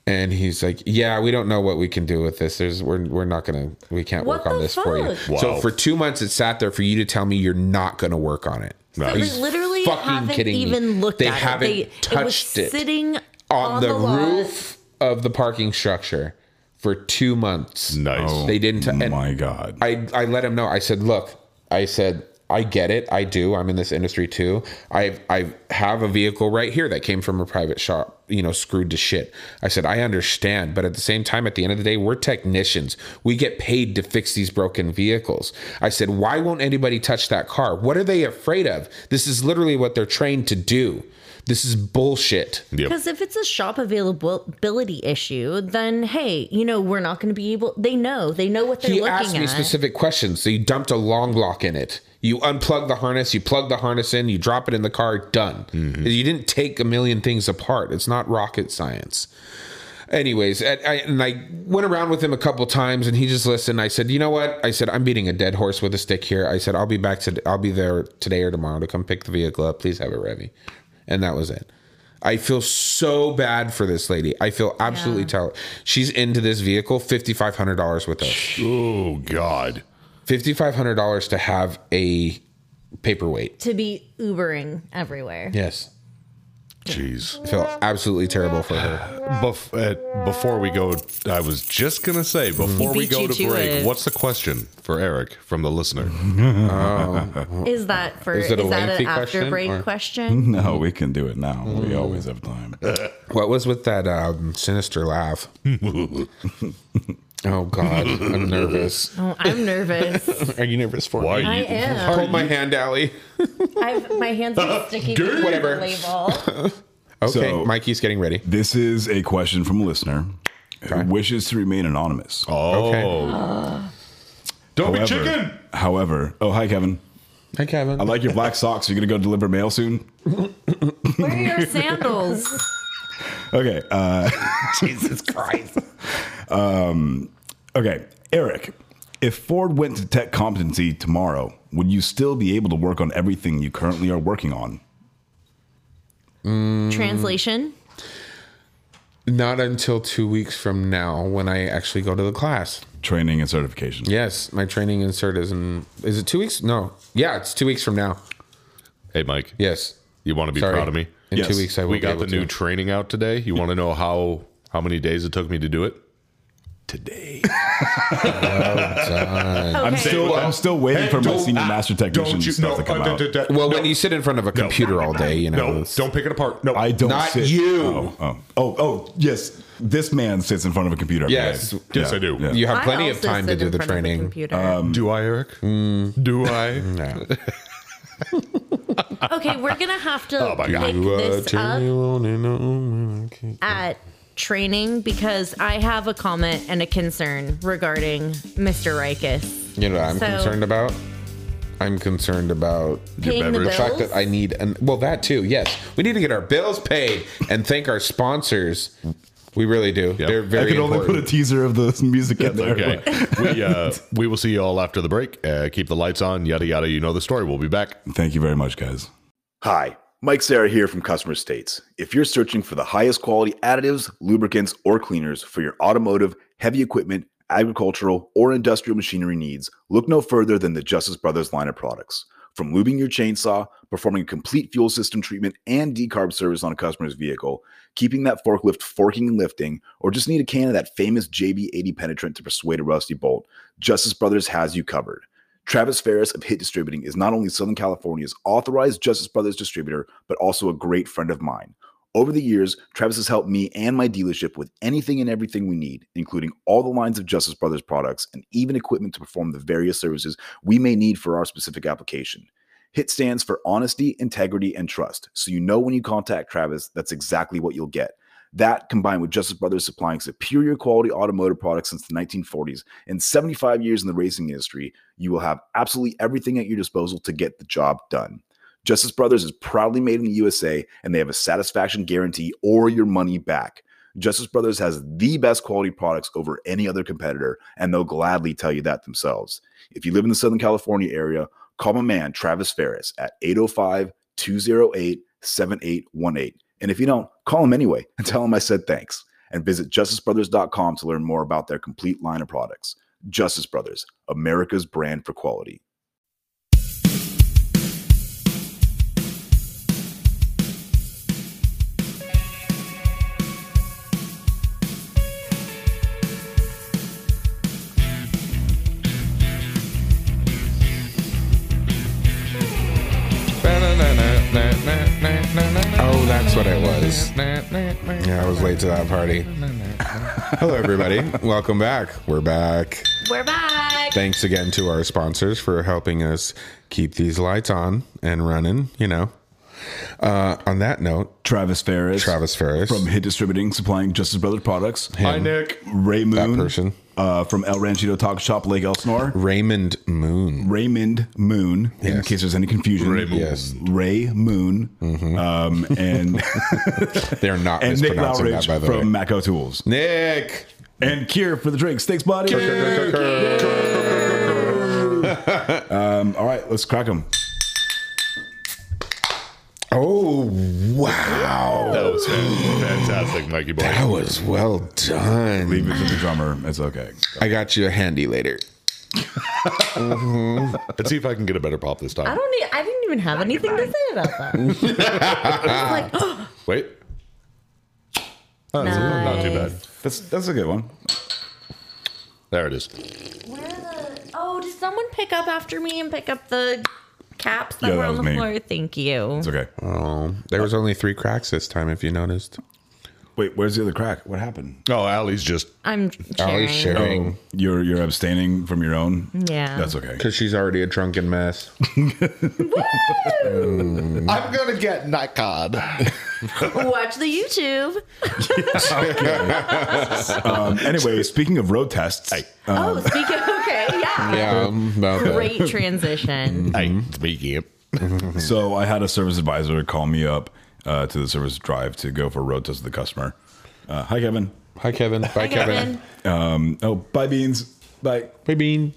F: and he's like, "Yeah, we don't know what we can do with this. There's we're we're not gonna we can't
D: What
F: work on
D: the
F: this for you."
D: fuck?
F: So
A: Wow.
F: for two months it sat there for you to tell me you're not gonna work on it.
D: So
A: Nice.
D: they literally
F: fucking
D: haven't
F: kidding me.
D: even looked
F: They
D: at
F: haven't
D: it.
F: touched
D: it
F: it
D: was sitting on,
F: On, the,
D: lot.
F: roof of the parking structure for two months.
A: Nice.
F: They didn't.
B: Oh
F: and
B: my god.
F: I, I let him know. I said, look, I said, I get it. I do. I'm in this industry too. I I have a vehicle right here that came from a private shop, you know, screwed to shit. I said, I understand, but at the same time, at the end of the day, we're technicians. We get paid to fix these broken vehicles. I said, why won't anybody touch that car? What are they afraid of? This is literally what they're trained to do. This is bullshit.
D: Because if it's a shop availability issue, then hey, you know we're not going to be able. They know. They know what they're
F: he
D: looking
F: asked me
D: at.
F: specific questions. So you dumped a long lock in it. You unplug the harness. You plug the harness in. You drop it in the car. Done. You didn't take a million things apart. It's not rocket science. Anyways, and I, and I went around with him a couple times, and he just listened. I said, "You know what?" I said, "I'm beating a dead horse with a stick here." I said, "I'll be back to, I'll be there today or tomorrow to come pick the vehicle up. Please have it ready." And that was it. I feel so bad for this lady. I feel absolutely terrible. She's into this vehicle, fifty five hundred dollars with us
A: Oh God.
F: fifty five hundred dollars to have a paperweight.
D: to be Ubering everywhere.
F: Yes,
A: Jeez.
F: I feel absolutely terrible for her.
A: Bef- uh, before we go, I was just gonna say before we
D: beat
A: go
D: you
A: to
D: to
A: break,
D: it.
A: what's the question for Eric from the listener?
D: Is that for?
F: Is
D: Is,
F: it a
D: that
F: lengthy
D: an after
F: question,
D: break
F: or-
D: question?
B: no, we can do it now.
F: Hmm.
B: We always have time.
F: Uh, What was with that um, sinister laugh? oh God, I'm nervous.
D: Oh, I'm nervous.
F: Are you nervous for
A: Why
F: me?
D: I
A: you-
D: am.
F: Hold my hand, Allie.
D: I've, my hands are sticky to the
F: Whatever.
D: label.
F: Okay,
B: So-
F: Mikey's getting ready.
B: This is a question from a listener who wishes to remain anonymous.
A: Oh, don't
B: however,
A: be chicken.
B: however, oh hi Kevin.
F: Hi, Kevin.
B: I like your black socks. Are you gonna go deliver mail soon?
D: Where are your sandals?
B: Okay. Uh, Jesus Christ. um, okay, Eric. If Ford went to tech competency tomorrow, would you still be able to work on everything you currently are working on?
D: Translation.
F: Not until two weeks from now, when I actually go to the class.
B: Training and certification.
F: Yes, my training insert is in. Is it two weeks? No. Yeah, it's two weeks from now.
A: Hey, Mike.
F: Yes.
A: You want to be
F: Sorry.
A: proud of me?
F: In
B: Yes.
F: two weeks, I will
A: We
F: be
A: got the
F: able
A: new
F: to.
A: training out today. You want to know how how many days it took me to do it? Today.
B: I'm still I'm still waiting for my
A: don't- ah,
B: senior master technician
A: Don't you no,
B: stuff to come
A: uh,
B: out.
A: d- d- d-
F: Well,
A: no,
F: when you sit in front of a
A: no,
F: computer all day, you know.
A: No,
F: it's-
A: don't pick it apart. No,
B: I don't.
F: Not
B: sit,
F: you.
B: Oh, oh, oh, oh, yes. This man sits in front of a computer. every
F: Yes.
B: day.
A: Yes, I do.
F: You have
D: I
F: plenty of
D: also
F: time to
D: sit
F: do
D: in
F: the
D: front of
F: training. Um,
D: computer.
B: um,
A: Do I, Eric?
F: Mm.
A: Do I?
F: Oh
D: okay, we're gonna have to
F: uh,
A: my
D: pick
A: God.
D: this up at training because I have a comment and a concern regarding Mr. Rikus
F: You know what I'm
D: So-
F: concerned about? I'm concerned about
D: paying the
A: beverage.
D: bills.
F: the fact that I need an well that too. Yes, we need to get our bills paid and thank our sponsors. We really do. They're
B: I
F: very
B: could only
F: important.
B: put a teaser of the music in there.
A: Okay. we uh, we will see you all after the break. Uh, keep the lights on. Yada yada. You know the story. We'll be back.
B: Thank you very much, guys.
J: Hi, Mike Sarah here from Customer States. If you're searching for the highest quality additives, lubricants, or cleaners for your automotive, heavy equipment, agricultural, or industrial machinery needs, look no further than the Justice Brothers line of products. From lubing your chainsaw, performing a complete fuel system treatment and decarb service on a customer's vehicle, keeping that forklift forking and lifting, or just need a can of that famous JB80 penetrant to persuade a rusty bolt, Justice Brothers has you covered. Travis Ferris of Hit Distributing is not only Southern California's authorized Justice Brothers distributor, but also a great friend of mine. Over the years, Travis has helped me and my dealership with anything and everything we need, including all the lines of Justice Brothers products and even equipment to perform the various services we may need for our specific application. HIT stands for honesty, integrity, and trust. So you know when you contact Travis, that's exactly what you'll get. That combined with Justice Brothers supplying superior quality automotive products since the 1940s and 75 years in the racing industry, you will have absolutely everything at your disposal to get the job done. Justice Brothers is proudly made in the USA and they have a satisfaction guarantee or your money back. Justice Brothers has the best quality products over any other competitor, and they'll gladly tell you that themselves. If you live in the Southern California area, call my man, Travis Ferris, at 805 208 7818. And if you don't, call him anyway and tell him I said thanks. And visit justicebrothers.com to learn more about their complete line of products. Justice Brothers, America's brand for quality.
F: Oh, that's what it was. Yeah, I was late to that party. Hello, everybody. Welcome back. We're back.
D: We're back.
F: Thanks again to our sponsors for helping us keep these lights on and running. You know. Uh, on that note,
B: Travis Ferris.
F: Travis Ferris
B: From Hit Distributing, supplying Justice Brothers products.
A: Hi, Nick.
B: Ray Moon.
F: person.
B: Uh, from El Ranchito Talk Shop, Lake Elsinore.
F: Raymond Moon.
B: Raymond Moon, in
F: Yes.
B: case there's any confusion. Ray
A: Moon.
F: Yes.
B: Ray Moon. Um, and
F: They're not
B: and Nick
F: mispronouncing
B: Lowridge
F: that, by the way.
B: from Mac Tools.
F: Nick.
B: And Cure for the drink. Steaks, body. Um, all right, let's crack them.
F: Oh
B: Oh.
F: wow,
A: That was fan- fantastic, Mikey boy.
F: that was well done.
B: Leave it to the drummer. It's okay.
F: I got you a handy later.
A: Let's see if I can get a better pop this
D: I
A: time.
D: don't. e- I didn't even have anything to say about that. It's like, oh,
A: Wait. Oh, that's Not too bad.
B: That's that's a good one.
A: There it is.
D: where are the? Oh, did someone pick up after me and pick up the caps that
B: Yeah,
D: were
B: that
D: on
B: was
D: the
B: me.
D: floor? Thank you.
B: It's okay.
F: Oh, there was only three cracks this time, if you noticed.
B: Wait, where's the other crack? What happened?
A: Oh, Allie's just.
D: I'm
A: Oh.
D: sharing.
F: Allie sharing
B: You're you're abstaining from your own.
D: Yeah.
B: That's okay.
F: because she's already a drunken mess.
A: I'm gonna get Nikon.
D: Watch the YouTube.
B: Um, anyway, speaking of road tests,
D: oh, speak of okay, yeah.
F: Yeah, um, about that.
D: Great transition.
A: Hey, speaking of.
B: so I had a service advisor call me up uh, to the service drive to go for a road test of the customer. Uh, hi, Kevin.
F: Hi, Kevin. Bye, Kevin.
D: Kevin.
B: Oh, bye, Beans. Bye.
F: Bye, Bean.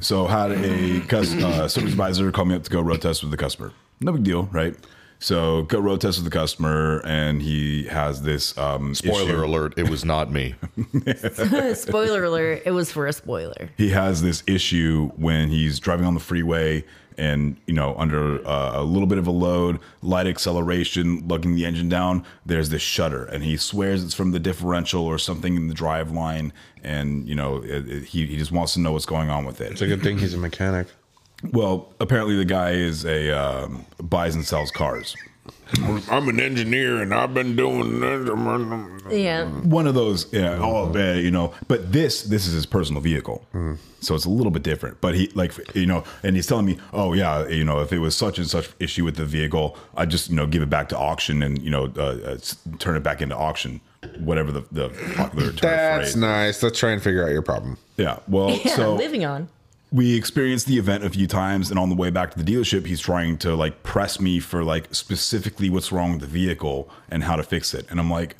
B: So had a cus- uh, service advisor call me up to go road test with the customer. No big deal, right? So go road test with the customer, and he has this um,
A: Spoiler
B: issue.
A: alert, it was not me.
D: Spoiler alert, it was for a spoiler.
B: he has this issue when he's driving on the freeway and you know under uh, a little bit of a load light acceleration lugging the engine down there's this shutter and he swears it's from the differential or something in the drive line and you know it, it- he, he just wants to know what's going on with it
F: It's a good thing he's a mechanic.
B: well apparently the guy is a um, buys and sells cars
F: I'm an engineer, and I've been doing. this.
D: Yeah.
B: one of those yeah oh man you know but this this is his personal vehicle so it's a little bit different but he like you know and he's telling me oh yeah you know if it was such and such issue with the vehicle i just you know give it back to auction and you know uh, uh, s- turn it back into auction whatever the, the popular term
F: That's
B: phrase.
F: nice. Let's try and figure out your problem.
B: yeah. Well,
D: Yeah,
B: so
D: moving on.
B: we experienced the event a few times and on the way back to the dealership he's trying to like press me for like specifically what's wrong with the vehicle and how to fix it and i'm like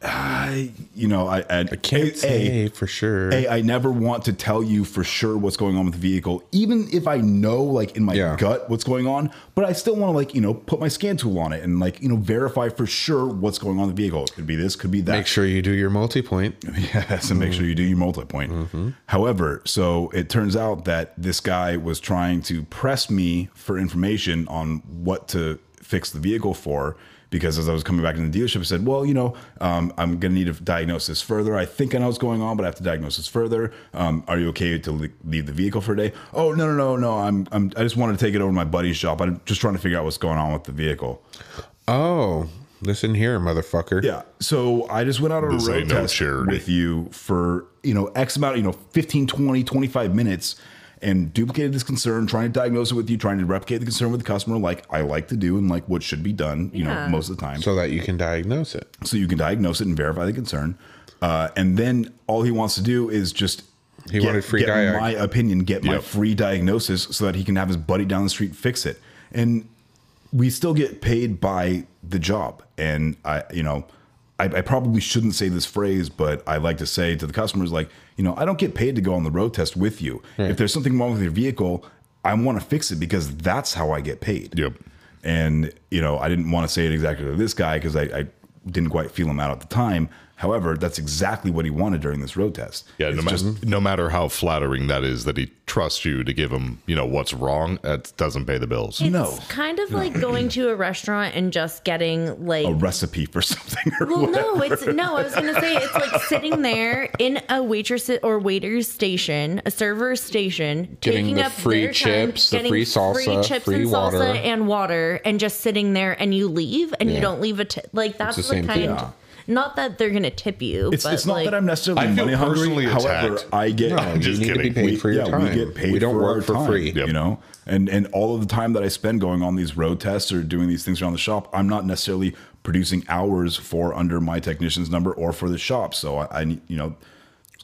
B: I, you know, I, I, I
F: Can't say for sure.
B: a, I never want to tell you for sure what's going on with the vehicle, even if I know, like in my
F: Yeah.
B: gut, what's going on. But I still want to, like, you know, put my scan tool on it and, like, you know, verify for sure what's going on with the vehicle. It could be this, could be that.
F: Make sure you do your multi point.
B: Yes, and make sure you do your multi point. However, so it turns out that this guy was trying to press me for information on what to fix the vehicle for. Because as I was coming back in the dealership, I said, "Well, you know, um, I'm going to need to diagnose this further. I think I know what's going on, but I have to diagnose this further. Um, are you okay to le- leave the vehicle for a day? Oh, no, no, no, no. I'm, I'm, I just wanted to take it over to my buddy's shop. I'm just trying to figure out what's going on with the vehicle.
F: Oh, listen here, motherfucker.
B: Yeah. So I just went out on
A: This
B: a road
A: ain't no
B: test
A: charity.
B: with you for, you know, X amount, you know, 15, 20, 25 minutes and duplicated this concern, trying to diagnose it with you, trying to replicate the concern with the customer, like I like to do and like what should be done, you know,
D: Yeah.
B: most of the time. So,
F: So that you can diagnose it.
B: you can diagnose it and verify the concern. Uh, and then all he wants to do is just
F: He wanted free
B: get
F: diag.
B: my opinion, get my
A: Yep.
B: free diagnosis so that he can have his buddy down the street fix it. And we still get paid by the job. And I, you know, I, I probably shouldn't say this phrase, but I like to say to the customers, like, you know, I don't get paid to go on the road test with you.
F: Hmm.
B: If there's something wrong with your vehicle, I want to fix it because that's how I get paid.
A: Yep.
B: And, you know, I didn't want to say it exactly to this guy because I, I didn't quite feel him out at the time. However, that's exactly what he wanted during this road test.
A: Yeah, no,
B: It's
A: ma-
B: just-
A: no matter how flattering that is that he trusts you to give him, you know, what's wrong, that doesn't pay the bills.
D: It's
B: No.
D: kind of like going to a restaurant and just getting like
B: a recipe for something or
D: Well,
B: whatever.
D: no, it's no. I was gonna say it's like sitting there in a waitress or waiter's station, a server's station,
F: Getting
D: taking
F: the
D: up
F: free
D: their time,
F: chips, the
D: getting
F: free salsa,
D: chips
F: free
D: and
F: water.
D: salsa and water, and just sitting there, and you leave, and you don't leave a tip. Like that's
F: the
D: the,
F: same
D: kind.
F: thing.
D: Not that they're gonna tip you,
B: It's,
D: but
B: it's not
D: like,
B: that I'm necessarily
A: I feel
B: money hungry.
A: personally
B: However,
A: attacked.
B: I get
A: No, just
F: you need to be
A: kidding.
F: paid
B: we,
F: for your
B: yeah,
F: time.
B: we get paid.
F: We don't
B: for our
F: work for
B: time,
F: free.
A: Yep.
B: you know. And and all of the time that I spend going on these road tests or doing these things around the shop, I'm not necessarily producing hours for under my technician's number or for the shop. So I, I need you know,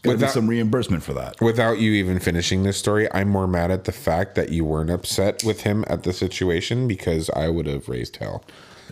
B: got
F: Without-
B: some reimbursement for that.
F: Without you even finishing this story, I'm more mad at the fact that you weren't upset with him at the situation because I would have raised hell.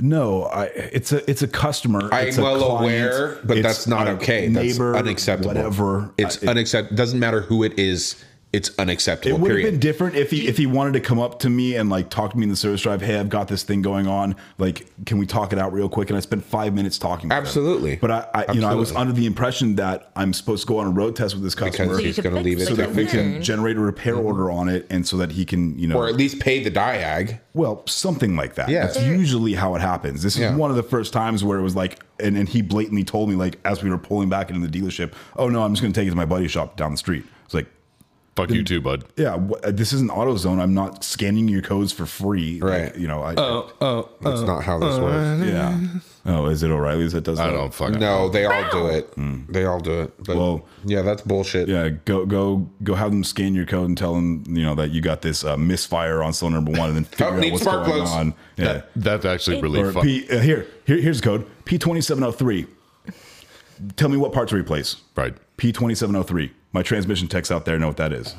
B: No, I, it's a it's a customer.
F: I'm
B: it's a
F: well
B: client,
F: aware, but
B: it's
F: that's not
B: a
F: okay.
B: neighbor,
F: that's unacceptable.
B: Whatever.
F: It's
B: I- it-
F: unacceptable. Doesn't matter who it is. It's
B: It
F: unacceptable.
B: would have
F: period.
B: been different if he if he wanted to come up to me and like talk to me in the service drive. Hey, I've got this thing going on. Like, can we talk it out real quick? And I spent five minutes talking. with him.
F: Absolutely.
B: But I, I you know, I was
F: Absolutely.
B: under the impression that I'm supposed to go on a road test with this customer
F: because
D: you
F: he's Mm-hmm.
D: could
F: going to
D: fix
F: leave it.
D: it.
B: so
F: to
B: that we can
D: Mhm.
B: generate a repair order on it, and so that he can, you know,
F: or at least pay the diag.
B: well, something like that.
F: Yeah.
B: That's usually how it happens. This is
F: Yeah.
B: one of the first times where it was like, and, and he blatantly told me, like, as we were pulling back into the dealership, oh no, I'm just going to take it to my buddy's shop down the street. It's like,
A: Fuck you too, bud.
B: yeah, wh- uh, this isn't AutoZone. I'm not scanning your codes for free. Like,
F: Right.
B: you know, I,
F: That's not how this works.
B: yeah. Oh, is it O'Reilly's that does that?
A: I don't fucking
F: No, they all do it.
D: Hmm.
F: They all do it. But
B: Well-
F: yeah, that's bullshit.
B: Yeah, go go go have them scan your code and tell them you know that you got this uh, misfire on cylinder number one, and then figure out
F: Oh, need
B: what's
F: spark
B: going
F: plugs.
B: on. Yeah,
A: That's actually really
B: or
A: fun.
B: P, uh, here, here here's the code P twenty seven oh three. Tell me what part to replace.
A: right.
B: P twenty seven oh three. My transmission techs out there know what that is.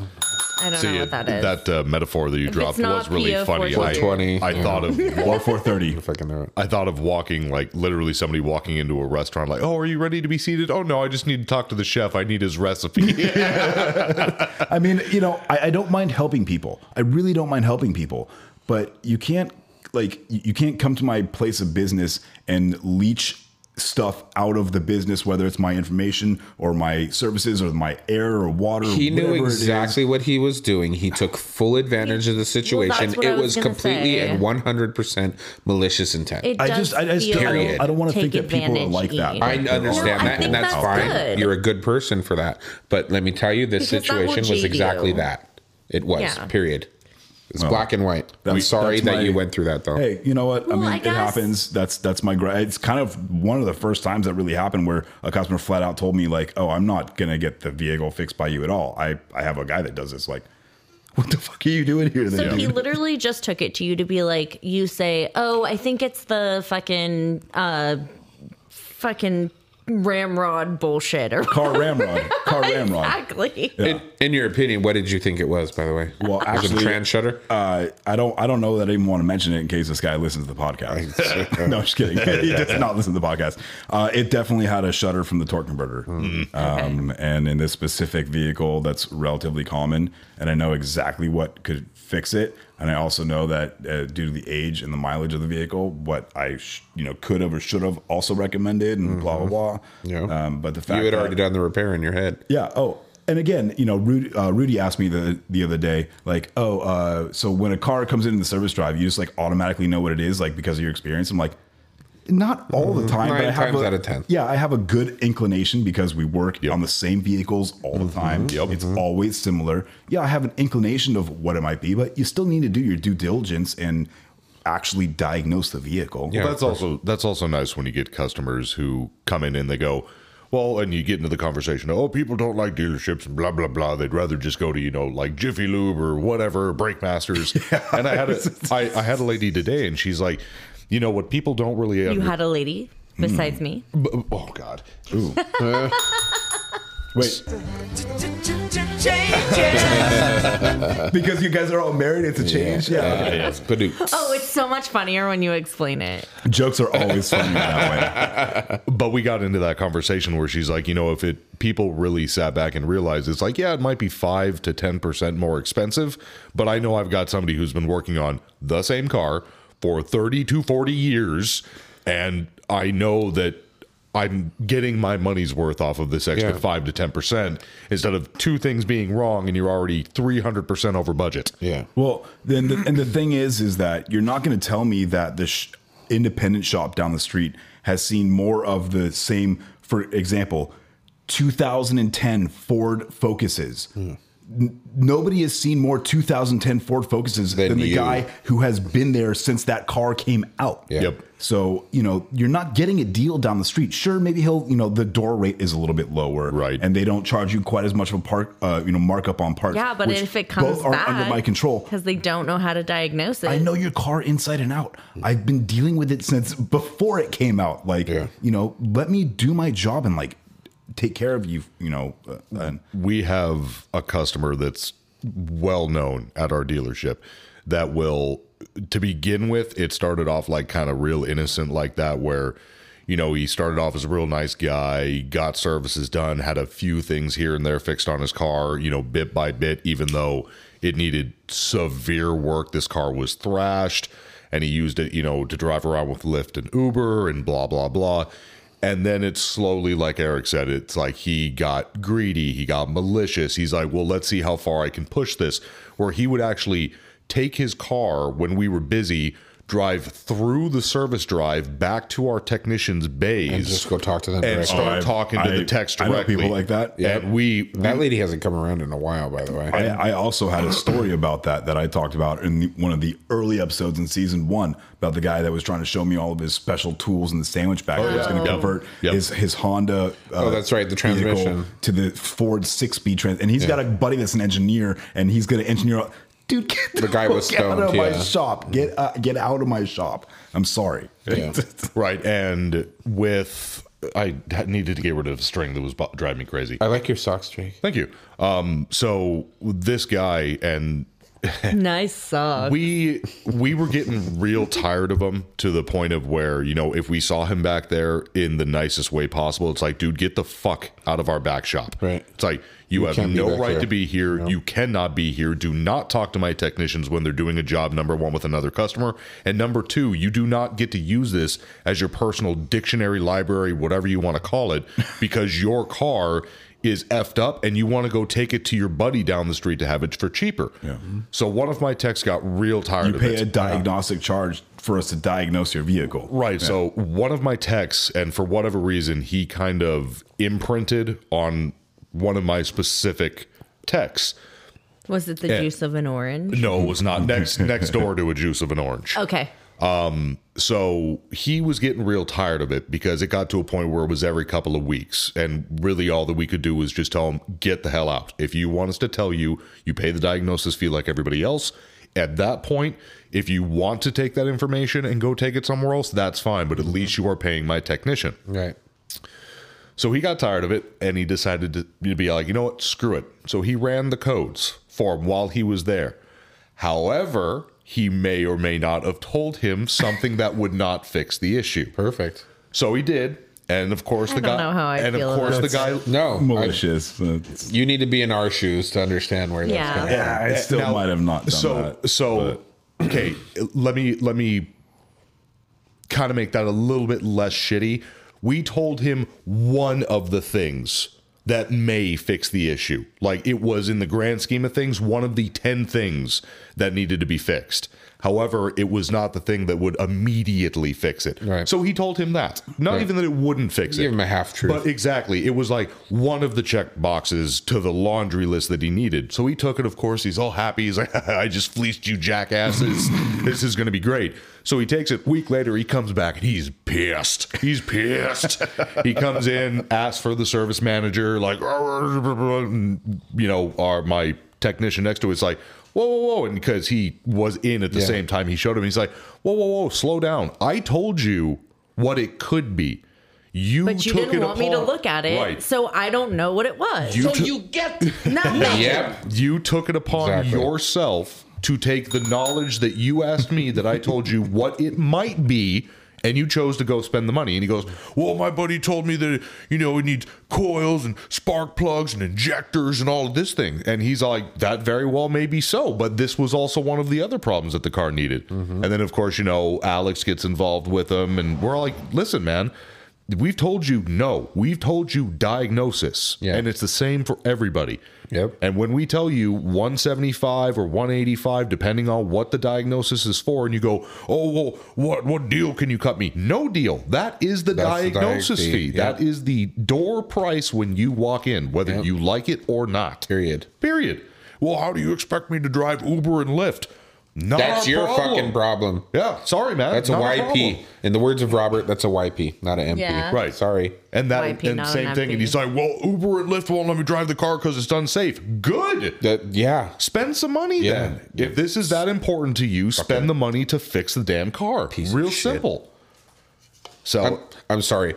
D: I don't
A: See,
D: know what that is.
A: that uh, metaphor that you
D: it's
A: dropped
D: not
A: was really
D: PO
A: funny. I,
F: 420,
A: I
F: yeah.
A: thought of
B: Or four thirty.
F: If I can know it.
A: I thought of walking like literally somebody walking into a restaurant like, "Oh, are you ready to be seated?" "Oh no, I just need to talk to the chef. I need his recipe."
B: I mean, you know, I, I don't mind helping people. I really don't mind helping people, but you can't like you you can't come to my place of business and leech stuff out of the business, whether it's my information or my services or my air or water.
F: He knew
B: whatever it is.
F: exactly what he was doing. He took full advantage of the situation.
D: what I
F: it
D: was
F: was
D: gonna
F: completely
D: say.
F: and 100% malicious intent.
D: It
B: I
D: does
B: just, I just,
D: feel
B: I don't, I don't want to
D: take
B: think that people are like that.
D: advantage-y.
F: I
B: Like, they're
F: understand
B: all
D: No, I
F: that,
D: think
F: and that's,
D: that's
F: fine.
D: good.
F: You're a good person for that. But let me tell you, this
D: Because that will
F: situation was
D: jade
F: exactly
D: you.
F: that. It was,
D: Yeah.
F: period. It's black and white. I'm
B: that's-
F: sorry
B: that's
F: that
B: my-
F: you went through that, though.
B: Hey, you know what?
D: Well,
B: I mean,
D: I
B: it
D: guess-
B: happens. That's that's my gripe. It's kind of one of the first times that really happened where a customer flat out told me like, "Oh, I'm not gonna get the vehicle fixed by you at all. I I have a guy that does this. Like, what the fuck are you doing here?
D: So
B: then,
D: he
B: dude?"
D: literally just took it to you to be like, you say, oh, I think it's the fucking, uh, fucking ramrod bullshit or
B: Car ramrod. Car ramrod.
D: exactly.
B: Yeah.
F: In, in your opinion, what did you think it was? By the way,
B: Well,
F: Was it
B: actually-
F: trans shutter.
B: Uh, I don't. I don't know that I even want to mention it in case this guy listens to the podcast. no, I'm just kidding. he does not listen to the podcast. Uh, it definitely had a shutter from the torque converter,
F: Hmm.
B: um, and in this specific vehicle, that's relatively common. And I know exactly what could fix it. And I also know that uh, due to the age and the mileage of the vehicle, what I sh- you know could have or should have also recommended, and blah blah blah.
F: Mm-hmm. Yeah.
B: Um, but the fact
F: You had
B: that-
F: already done the repair in your head.
B: yeah. Oh, and again, you know, Rudy, uh, Rudy asked me the the other day, like, oh, uh, so when a car comes in the service drive, you just like automatically know what it is, like because of your experience. I'm like, not all the time. but
F: Nine
B: I have
F: times
B: a-
F: out of 10.
B: Yeah, I have a good inclination because we work on the same vehicles all
F: Mm-hmm.
B: the time. It's always similar. Yeah, I have an inclination of what it might be, but you still need to do your due diligence and actually diagnose the vehicle.
F: Yeah.
A: that's also that's also nice when you get customers who come in and they go, well, and you get into the conversation. Oh, people don't like dealerships and blah blah blah. They'd rather just go to you know like Jiffy Lube or whatever, Brake Masters. And I had a I, I had a lady today, and she's like, you know what people don't really
D: You
A: under-
D: had a lady besides me.
A: b- oh god, Ooh.
B: Wait, because you guys are all married, it's a change. yeah. okay.
F: Ah, Yes, but it-
D: Oh, it's so much funnier when you explain it.
B: Jokes are always funny that way.
A: but we got into that conversation where she's like, you know, if it people really sat back and realized it's like, yeah, it might be five to ten percent more expensive, but I know I've got somebody who's been working on the same car for thirty to forty years, and I know that I'm getting my money's worth off of this extra
F: Yeah.
A: five to ten percent instead of two things being wrong and you're already three hundred percent over budget.
F: yeah.
B: Well, then, the, and the thing is, is that you're not going to tell me that the sh- independent shop down the street has seen more of the same. For example, 2010 Ford Focuses. N- nobody has seen more 2010 Ford Focuses than,
F: Than
B: the
F: you.
B: guy who has been there since that car came out.
F: Yeah.
A: Yep.
B: So, you know, you're not getting a deal down the street. Sure, maybe he'll, you know, the door rate is a little bit lower.
A: Right.
B: And they don't charge you quite as much of a park, uh, you know, markup on parts.
D: Yeah, but
B: which
D: if it comes
B: both aren't
D: back,
B: under my control,
D: because they don't know how to diagnose it.
B: I know your car inside and out. I've been dealing with it since before it came out. Like,
F: Yeah.
B: you know, let me do my job and like take care of you, you know. Uh, and
A: we have a customer that's well known at our dealership that will to begin with it started off like kind of real innocent like that where you know he started off as a real nice guy got services done had a few things here and there fixed on his car you know bit by bit even though it needed severe work this car was thrashed and he used it you know to drive around with lyft and uber and blah blah blah and then it's slowly, like Eric said, it's like he got greedy, he got malicious. He's like, well, let's see how far I can push this. Where he would actually take his car when we were busy, drive through the service drive back to our technicians' bays, and,
F: Just go talk to them. directly.
A: start talking to
B: I-
A: the techs
B: I know
A: directly.
B: people like that.
A: And we,
F: that lady hasn't come around in a while, by the way.
B: I, I also had a story about that that I talked about in the, one of the early episodes in season one about the guy that was trying to show me all of his special tools in the sandwich bag. that was going to convert
A: Yep.
B: his his Honda. Uh,
F: Oh, that's right, the
B: vehicle
F: transmission.
B: to the Ford six speed trans, and he's got a buddy that's an engineer, and he's going to engineer. Dude, get the,
F: guy was
B: fuck out
F: stoned,
B: of my
F: yeah.
B: shop. Get uh, get out of my shop. I'm sorry.
A: right. And with, I needed to get rid of a string that was bu- driving me crazy.
F: I like your socks, Jake.
A: Thank you. Um, so this guy and
D: nice song.
A: we we were getting real tired of him to the point of where you know if we saw him back there in the nicest way possible it's like dude get the fuck out of our back shop
F: Right.
A: it's like you, have
F: can't be
A: no
F: back
A: right
F: here.
A: to be here you cannot be here do not talk to my technicians when they're doing a job number one with another customer and number two you do not get to use this as your personal dictionary library whatever you want to call it because your car is effed up and you want to go take it to your buddy down the street to have it for cheaper yeah. so one of my techs got real tired
B: Mm-hmm. You
A: of it
B: pay a diagnostic charge for us to diagnose your vehicle.
A: Right. So one of my texts, and for whatever reason, he kind of imprinted on one of my specific texts.
D: Was it the juice of an orange?
A: No, it was not next next door to a juice of an orange.
D: Okay.
A: So he was getting real tired of it because it got to a point where it was every couple of weeks, and really all that we could do was just tell him get the hell out. If you want us to tell you, you pay the diagnosis fee like everybody else. At that point, if you want to take that information and go take it somewhere else, that's fine. But at least you are paying my technician.
F: Right.
A: So he got tired of it and he decided to to be like, you know what, screw it. So he ran the codes for him while he was there. However, he may or may not have told him something that would not fix the issue.
F: Perfect.
A: So he did. And of course, the
D: don't
A: guy.
D: know how I
A: and
D: feel
A: of
D: about
A: course, the guy.
F: No, I,
B: malicious. but it's-
F: you need to be in our shoes to understand where that's
D: Yeah.
F: coming.
B: yeah, I still
A: Now-
B: might have not done
A: so
B: that.
A: so okay let me let me kind of make that a little bit less shitty we told him one of the things that may fix the issue like it was in the grand scheme of things one of the 10 things that needed to be fixed however it was not the thing that would immediately fix it
F: Right.
A: so he told him that not even that it wouldn't fix it
F: Give him a half truth.
A: but exactly, it was like one of the check boxes to the laundry list that he needed. So he took it. Of course, he's all happy. He's like, "I just fleeced you, jackasses. this is going to be great." So he takes it. Week later, he comes back and he's pissed. He's pissed. he comes in, asks for the service manager, like, you know, our my technician next to it's like. Whoa, whoa, whoa. And because he was in at the
F: Yeah.
A: same time he showed him, he's like, whoa, whoa, whoa, slow down. I told you what it could be. You
D: But you
A: took
D: didn't
A: it
D: want me to
A: upon-
D: look at it,
A: Right.
D: so I don't know what it was.
A: You, took-
D: Nothing.
F: Yep.
A: you took it upon
F: Exactly.
A: yourself to take the knowledge that you asked me that I told you what it might be. And you chose to go spend the money. And he goes, Well, my buddy told me that, you know, it needs coils and spark plugs and injectors and all of this thing. And he's like, That very well may be so. But this was also one of the other problems that the car needed.
F: Mm-hmm.
A: And then, of course, you know, Alex gets involved with him. And we're all like, Listen, man, we've told you no. We've told you diagnosis.
F: Yeah.
A: And it's the same for everybody.
F: Yep.
A: And when we tell you 175 or 185, depending on what the diagnosis is for, and you go, oh, well, what what deal can you cut me? No deal. That is the
F: That's the diag
A: diagnosis
F: fee.
A: fee.
F: Yep.
A: That is the door price when you walk in, whether you like it or not.
F: Period.
A: Period. Well, how do you expect me to drive Uber and Lyft? Not
F: That's
A: our
F: your fucking problem.
A: Yeah, sorry, man.
F: That's a
A: Not our problem.
F: YP. In the words of Robert, that's a YP, not an MP.
D: Yeah.
A: Right.
F: Sorry.
A: And that
D: YP,
A: and
D: not
A: same
D: an
A: thing. And
D: MP.
A: he's like, well, Uber and Lyft won't let me drive the car because it's unsafe. Good.
F: That, yeah.
A: Spend some money
F: Yeah.
A: then. If this is that important to you, spend the money to fix the damn car. Real simple. So
F: I'm, I'm sorry.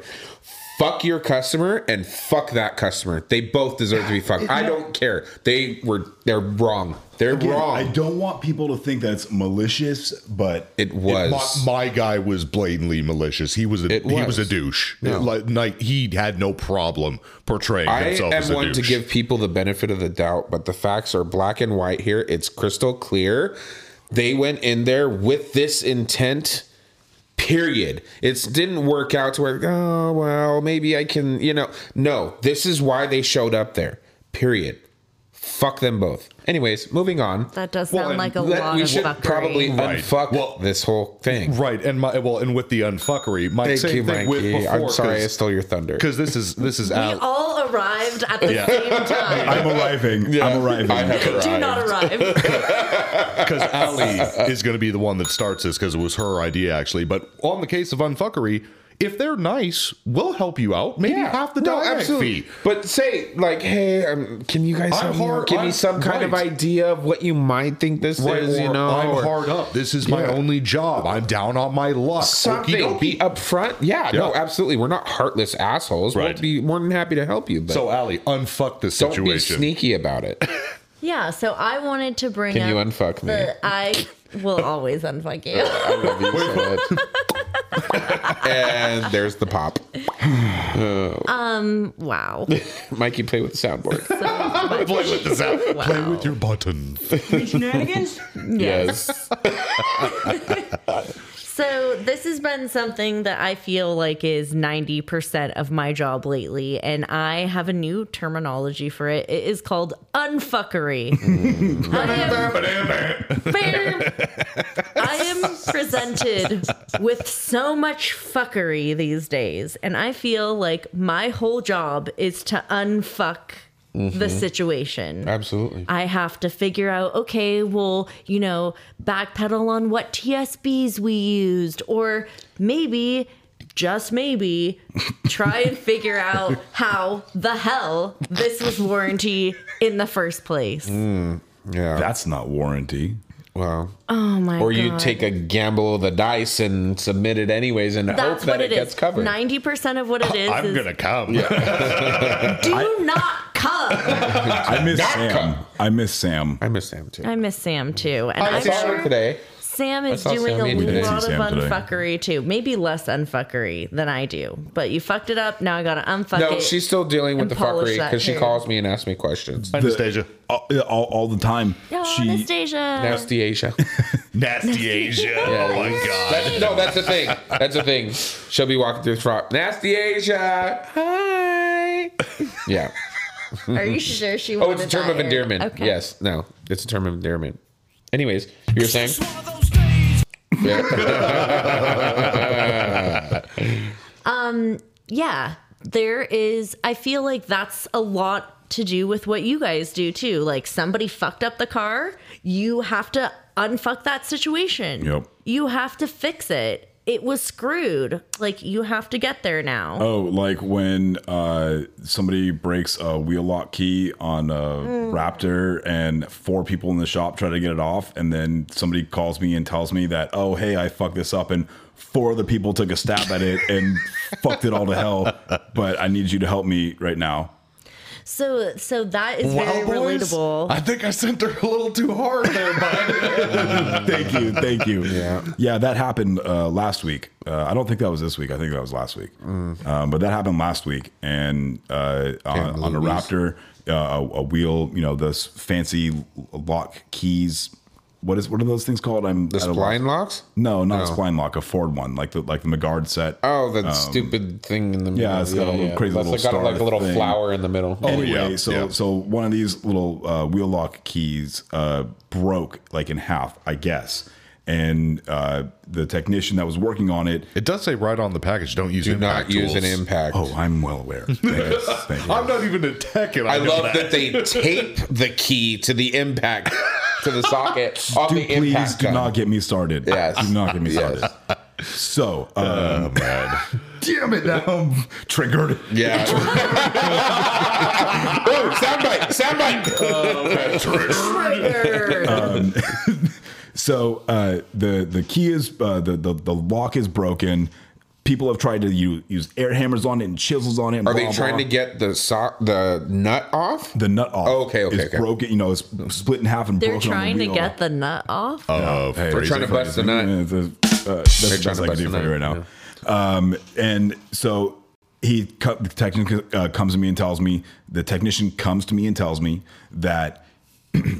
F: Fuck your customer and fuck that customer. They both deserve to be fucked. I don't care. They were they're wrong. They're
B: Again,
F: wrong.
B: I don't want people to think that's malicious, but
F: it was.
A: my, my guy was blatantly malicious. He was a
F: It
A: he was a
F: was.
A: douche.
F: No.
A: Like, like, he had no problem portraying
F: I
A: himself as
F: am
A: a
F: one
A: douche.
F: to give people the benefit of the doubt, but the facts are black and white here. It's crystal clear. They went in there with this intent. Period. It didn't work out to where, oh, well, maybe I can, you know. No, this is why they showed up there. Period. Fuck them both. Anyways, moving on.
D: That does
F: Well,
D: sound like a
F: let-
D: lot
F: We
D: of
F: should
D: fuckery.
F: probably
A: Right.
F: unfuck
A: Well-
F: this whole thing.
A: right. And my well, and with the unfuckery, my
F: Thank
A: same
F: you,
A: thing with
F: Mikey.
A: before.
F: I'm sorry I
A: cause,
F: stole your thunder.
A: 'cause this is this is
D: We
A: out.
D: all arrived at the
A: Yeah.
D: same time.
B: I'm arriving. I'm arriving.
F: I have
D: I do not
F: arrived.
D: arrive.
A: because Allie is going to be the one that starts this because it was her idea actually. But on the case of unfuckery, if they're nice, we'll help you out. Maybe half the no, fee.
F: But say like, hey, um, can you guys
A: I'm
F: help me out?
A: hard-
F: give
A: I'm-
F: me some kind of
A: right.
F: idea of what you might think this
A: Right,
F: is? You
A: or,
F: know,
A: I'm
F: or
A: hard up. This is my
F: Yeah.
A: only job. I'm down on my luck.
F: something.
A: Okey-dokey.
F: Be upfront. Yeah, no,
A: Yeah.
F: absolutely. We're not heartless assholes.
A: Right.
F: We'll be more than happy to help you. But
A: So Allie, unfuck this
F: don't
A: situation.
F: be sneaky about it.
D: yeah, so I wanted to bring
F: Can you
D: up
F: unfuck me?
D: the I will always unfuck you.
F: I love you so much. and there's the pop.
D: wow.
F: Mikey, play with the soundboard.
A: Play with this out.
D: Wow.
A: Play with your buttons.
F: yes.
D: So this has been something that I feel like is 90% of my job lately and I have a new terminology for it. It is called unfuckery.
F: Mm.
D: I am, I am presented with so much fuckery these days and I feel like my whole job is to unfuck the situation.
F: Mm-hmm. Absolutely.
D: I have to figure out, okay, well, you know, backpedal on what TSBs we used, or maybe, just maybe, try and figure out how the hell
F: Mm.
D: this was warranty in the first place.
F: Yeah.
B: that's not warranty.
F: Wow.
D: Oh my
F: or
D: god.
F: you take a gamble of the dice and submit it anyways and hope
D: That's
F: that
D: what
F: it, gets covered.
D: Ninety percent of what it is
A: I'm
D: is
A: gonna come.
D: do not come.
B: I miss Sam. I miss Sam.
F: I miss Sam too.
D: I miss Sam too, and
F: I
D: I'm
F: saw her
D: sure
F: today.
D: Sam is
F: I saw
D: doing
F: Sam
D: a
F: today.
D: lot
B: See
D: of
B: Sam today.
D: unfuckery too. Maybe less unfuckery than I do, but you fucked it up. Now I gotta unfuck
F: No,
D: it.
F: she's still dealing with
D: and
F: the
D: polish
F: fuckery
D: that
F: because she
D: hair.
F: calls me and asks me questions.
A: Anastasia.
B: All, all, all the time.
D: Oh, Anastasia.
F: Nasty Asia.
D: Oh,
A: Nasty Asia. Oh my god.
F: That- no, that's the thing. That's the thing. She'll be walking through the front. Nasty Asia. Hi. Yeah.
D: Are you sure she?
F: Oh, it's a
D: wanted
F: term
D: that
F: of
D: hair?
F: endearment.
D: Okay.
F: Yes. No, it's a term of endearment. Anyways, you were saying? Yeah.
D: yeah, there is. I feel like that's a lot to do with what you guys do too. Like somebody fucked up the car, you have to unfuck that situation.
B: Yep.
D: You have to fix it. It was screwed. Like you have to get there now.
B: Oh, like when uh, somebody breaks a wheel lock key on a Raptor and four people in the shop try to get it off, and then somebody calls me and tells me that, oh, hey, I fucked this up, and four other people took a stab at it and fucked it all to hell, but I need you to help me right now.
D: So so that is very relatable.
A: I think I sent her a little too hard there, bud.
B: thank you, thank you. Yeah, yeah, that happened uh, last week. Uh, I don't think that was this week. I think that was last week. Um, but that happened last week, and uh, on, on a
F: Louise.
B: Raptor, uh, a, a wheel. You know, those fancy lock keys. What is what are those things called? I'm
F: the spline locks?
B: No, not a spline lock. A Ford one, like the like the Megard set.
F: Oh, that stupid thing in the middle.
B: Um, it's got a little crazy
F: That's
B: little
F: got
B: star
F: like a little
B: thing.
F: flower in the middle. Oh,
B: anyway,
A: yeah,
B: so
A: yeah.
B: so one of these little uh, wheel lock keys uh, broke like in half, I guess. And uh, the technician that was working on it,
A: It does say right on the package, don't use
F: Do
A: impact
F: not use an
A: tools.
F: impact.
B: oh, I'm well aware. Thank you. Thank you.
A: I'm not even a tech, and I,
F: I
A: know
F: love that. they tape the key to the impact to the socket off
B: do
F: the
B: please
F: impact
B: do
F: gun.
B: not get me started.
F: Yes. Oh,
B: do not get me started. So, um, damn it, now I'm triggered.
F: yeah. oh, soundbite, soundbite.
B: Uh,
D: Triggered.
B: Um, So uh, the the key is uh, the, the the lock is broken. People have tried to u- use air hammers on it and chisels on it. And
F: Are they
B: blah,
F: trying
B: blah.
F: to get the sock, the nut off?
B: the nut off?
F: Oh, okay, okay,
B: It's
F: okay.
B: broken. You know, it's split in half and
D: They're
B: broken. on Oh,
D: trying
B: the
D: to
B: wheel.
D: get the nut off.
A: Uh, phrasing.
F: trying to bust the nut.
B: Yeah, it's a- uh, that's the best
F: trying to
B: I can
F: bust
B: do
F: the
B: for you
F: nut,
B: right now. Um, and so he, co- the technician uh, comes to me and tells me, the technician comes to me and tells me that,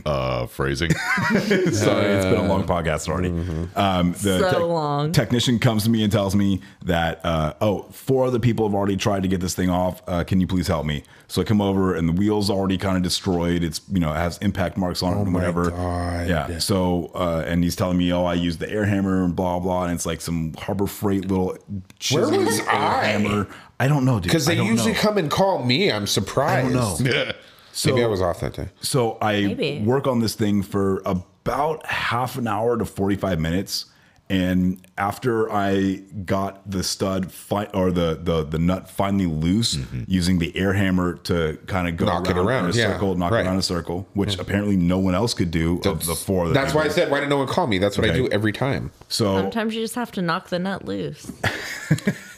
A: uh, phrasing.
B: sorry, it's been a
F: Uh,
B: long podcast already.
F: mm-hmm.
B: Um, the
D: So
B: tech-
D: long.
B: technician comes to me and tells me that, uh, oh, four other people have already tried to get this thing off. Uh, can you please help me? So I come over and the wheel's already kind of destroyed. It's, you know, it has impact marks
F: Oh
B: on it and whatever. Yeah. So, uh, and he's telling me, oh, I used the air hammer and blah, blah. And it's like some Harbor Freight little chisel
F: was
B: air
F: I?
B: hammer. I don't know, dude.
F: Because
B: I
F: they
B: don't
F: usually
B: know.
F: come and call me. I'm
B: I
F: surprised.
B: don't know. So,
F: Maybe I was off that day.
B: so I
D: Maybe.
B: work on this thing for about half an hour to 45 minutes. And after I got the stud fi- or the, the the nut finally loose using the air hammer to kind of go
F: Mm-hmm. Knock it
B: around,
F: around,
B: in a
F: yeah,
B: circle, knock
F: right.
B: around in a circle, which apparently no one else could do of the four. Of the
F: That's why I said, why didn't no one call me? That's what I
B: Okay.
F: do every time.
B: So
D: Sometimes you just have to knock the nut loose.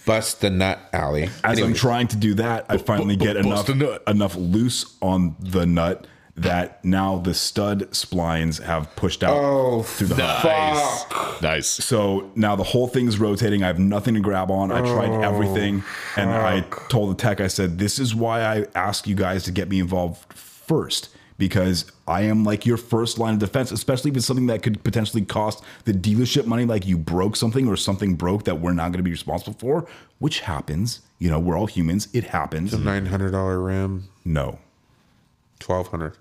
F: Bust the nut, Allie.
B: as I'm
F: Anyway,
B: trying to do that, I finally
A: bu-
B: get
A: bust
B: enough
A: a nut.
B: enough loose on the nut that now the stud splines have pushed out
F: Oh,
B: through the hub.
A: nice, nice.
B: So now the whole thing's rotating. I have nothing to grab on. I tried everything, and I told the tech, I said, "This is why I ask you guys to get me involved first, because I am like your first line of defense, especially if it's something that could potentially cost the dealership money, like you broke something or something broke that we're not going to be responsible for, which happens. You know, we're all humans. It happens.
F: $900 RAM,
B: No,
F: 1200